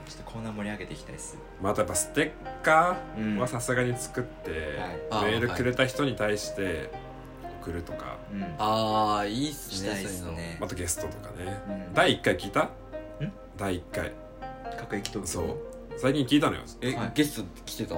[SPEAKER 1] ちょっとコーナー盛り上げていきたいです
[SPEAKER 2] またやっぱステッカ
[SPEAKER 1] う
[SPEAKER 2] ー
[SPEAKER 1] ん
[SPEAKER 2] はさすがに作って、
[SPEAKER 3] はい
[SPEAKER 2] メールくれた人に対して送るとか、
[SPEAKER 1] うん
[SPEAKER 3] ああいいっす
[SPEAKER 1] し
[SPEAKER 3] ね
[SPEAKER 1] たいです
[SPEAKER 3] そういう
[SPEAKER 1] ね
[SPEAKER 2] またゲストとかね、
[SPEAKER 1] うん
[SPEAKER 2] 第1回聞いた第1回
[SPEAKER 1] 各駅東京
[SPEAKER 2] そう最近聞いたのよ
[SPEAKER 3] のえ、
[SPEAKER 1] はい
[SPEAKER 3] ゲスト 来てた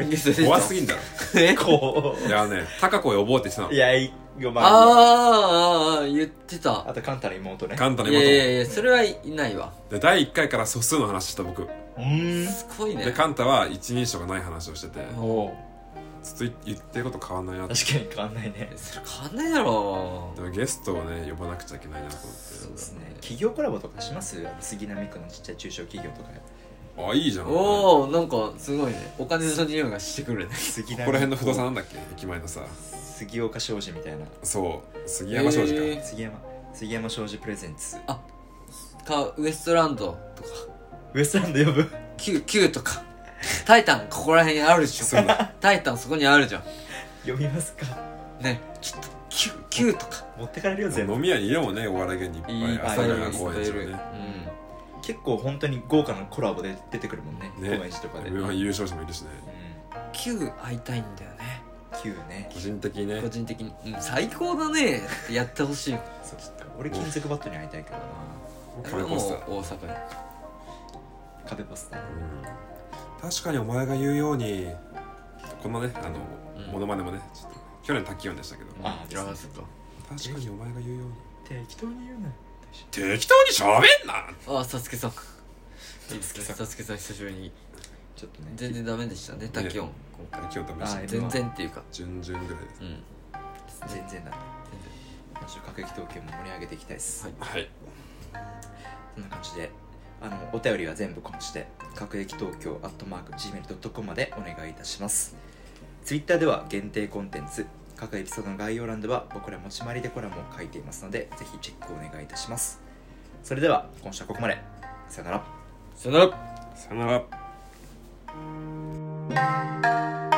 [SPEAKER 3] ゲスト出てた
[SPEAKER 2] 怖すぎんだろ
[SPEAKER 3] え
[SPEAKER 1] こ
[SPEAKER 2] いやね高子呼ぼうって言ってたの
[SPEAKER 1] ういやいよまあ
[SPEAKER 3] あーあーあー言ってた
[SPEAKER 1] あとカンタの妹ね
[SPEAKER 2] カンタの
[SPEAKER 3] い
[SPEAKER 2] 妹
[SPEAKER 3] や
[SPEAKER 2] も
[SPEAKER 3] いやいやそれはいないわ
[SPEAKER 2] で第1回から素数の話した僕
[SPEAKER 1] うーん
[SPEAKER 3] すごい
[SPEAKER 2] で
[SPEAKER 3] ね
[SPEAKER 2] カンタは一人称がない話をしてて
[SPEAKER 3] うん
[SPEAKER 1] おう
[SPEAKER 2] ずっと言ってること変わんないなって
[SPEAKER 1] 確かに変わんないね
[SPEAKER 3] それ変わんないだろ
[SPEAKER 2] でもゲストをね呼ばなくちゃいけないなと思
[SPEAKER 3] そう
[SPEAKER 1] そうですね
[SPEAKER 3] だね
[SPEAKER 1] 企業コラボとかしますあの杉並区のちっちゃい中小企業と か
[SPEAKER 2] ってあいいじゃんこ
[SPEAKER 3] おおなんかすごいねお金の匂いがしてくるね
[SPEAKER 1] 杉
[SPEAKER 2] こ
[SPEAKER 1] 並
[SPEAKER 2] ら辺の不動産なんだっけ駅前のさ
[SPEAKER 1] 杉岡商事みたいな
[SPEAKER 2] そう杉山商事か、
[SPEAKER 3] えー
[SPEAKER 1] 杉山杉山商事プレゼンツ
[SPEAKER 3] かウエストランドとか
[SPEAKER 1] ウエストランド呼ぶ
[SPEAKER 3] Q, Q とかタイタンここら辺にあるでし
[SPEAKER 2] そう
[SPEAKER 3] ょ
[SPEAKER 2] だ
[SPEAKER 3] タイタンそこにあるじゃん
[SPEAKER 1] 呼びますか
[SPEAKER 3] ねちょっと Q, Q とか
[SPEAKER 1] 持ってかれるよ全部
[SPEAKER 2] 飲み屋にいるもんねお笑い芸人いっぱい
[SPEAKER 3] いっぱい
[SPEAKER 2] 朝
[SPEAKER 3] い
[SPEAKER 2] 日
[SPEAKER 3] る
[SPEAKER 2] 奈公園
[SPEAKER 3] い
[SPEAKER 2] と
[SPEAKER 3] っぱいい
[SPEAKER 2] か
[SPEAKER 3] る
[SPEAKER 2] ね
[SPEAKER 3] うん
[SPEAKER 1] 結構本当に豪華なコラボで出てくるもんね
[SPEAKER 2] ね
[SPEAKER 1] 公演誌とかで、うん、
[SPEAKER 2] M1 優勝者もいるしね
[SPEAKER 3] 9会いたいんだよね
[SPEAKER 1] Q ね
[SPEAKER 2] 個人的にね
[SPEAKER 3] 個人的に、うん、最高だねってやってほしい
[SPEAKER 1] そうちょっと俺金属バットに会いたいけどな
[SPEAKER 2] 壁ポスター
[SPEAKER 3] もう大阪で
[SPEAKER 1] 壁ポスター
[SPEAKER 2] うん確かにお前が言うようにこのねあの、
[SPEAKER 3] うん
[SPEAKER 2] モノマネもねちょっと去年卓球音でしたけど、
[SPEAKER 1] んあですね
[SPEAKER 3] あそっか
[SPEAKER 2] 確かにお前が言うように
[SPEAKER 1] 適当に言うな
[SPEAKER 2] 適当に喋んな
[SPEAKER 3] あサスケさん
[SPEAKER 1] スケさん
[SPEAKER 3] サスケさん久しぶりに
[SPEAKER 1] ちょっとね
[SPEAKER 3] 全然ダメでしたねタキオン今
[SPEAKER 2] 卓球音試して
[SPEAKER 1] あ
[SPEAKER 3] 回全然っていうか
[SPEAKER 2] 準々ぐらいです
[SPEAKER 3] うん全
[SPEAKER 1] 全然だね今週各駅東京も盛り上げていきたいです、
[SPEAKER 3] はい
[SPEAKER 2] はい
[SPEAKER 1] こんな感じであのお便りは全部このして各駅東京アットマーク Gmail.com までお願いいたします Twitter では限定コンテンツ各エピソードの概要欄では僕ら持ち回りでコラムを書いていますのでぜひチェックお願いいたしますそれでは今週はここまでさよなら
[SPEAKER 3] さよなら
[SPEAKER 2] さよなら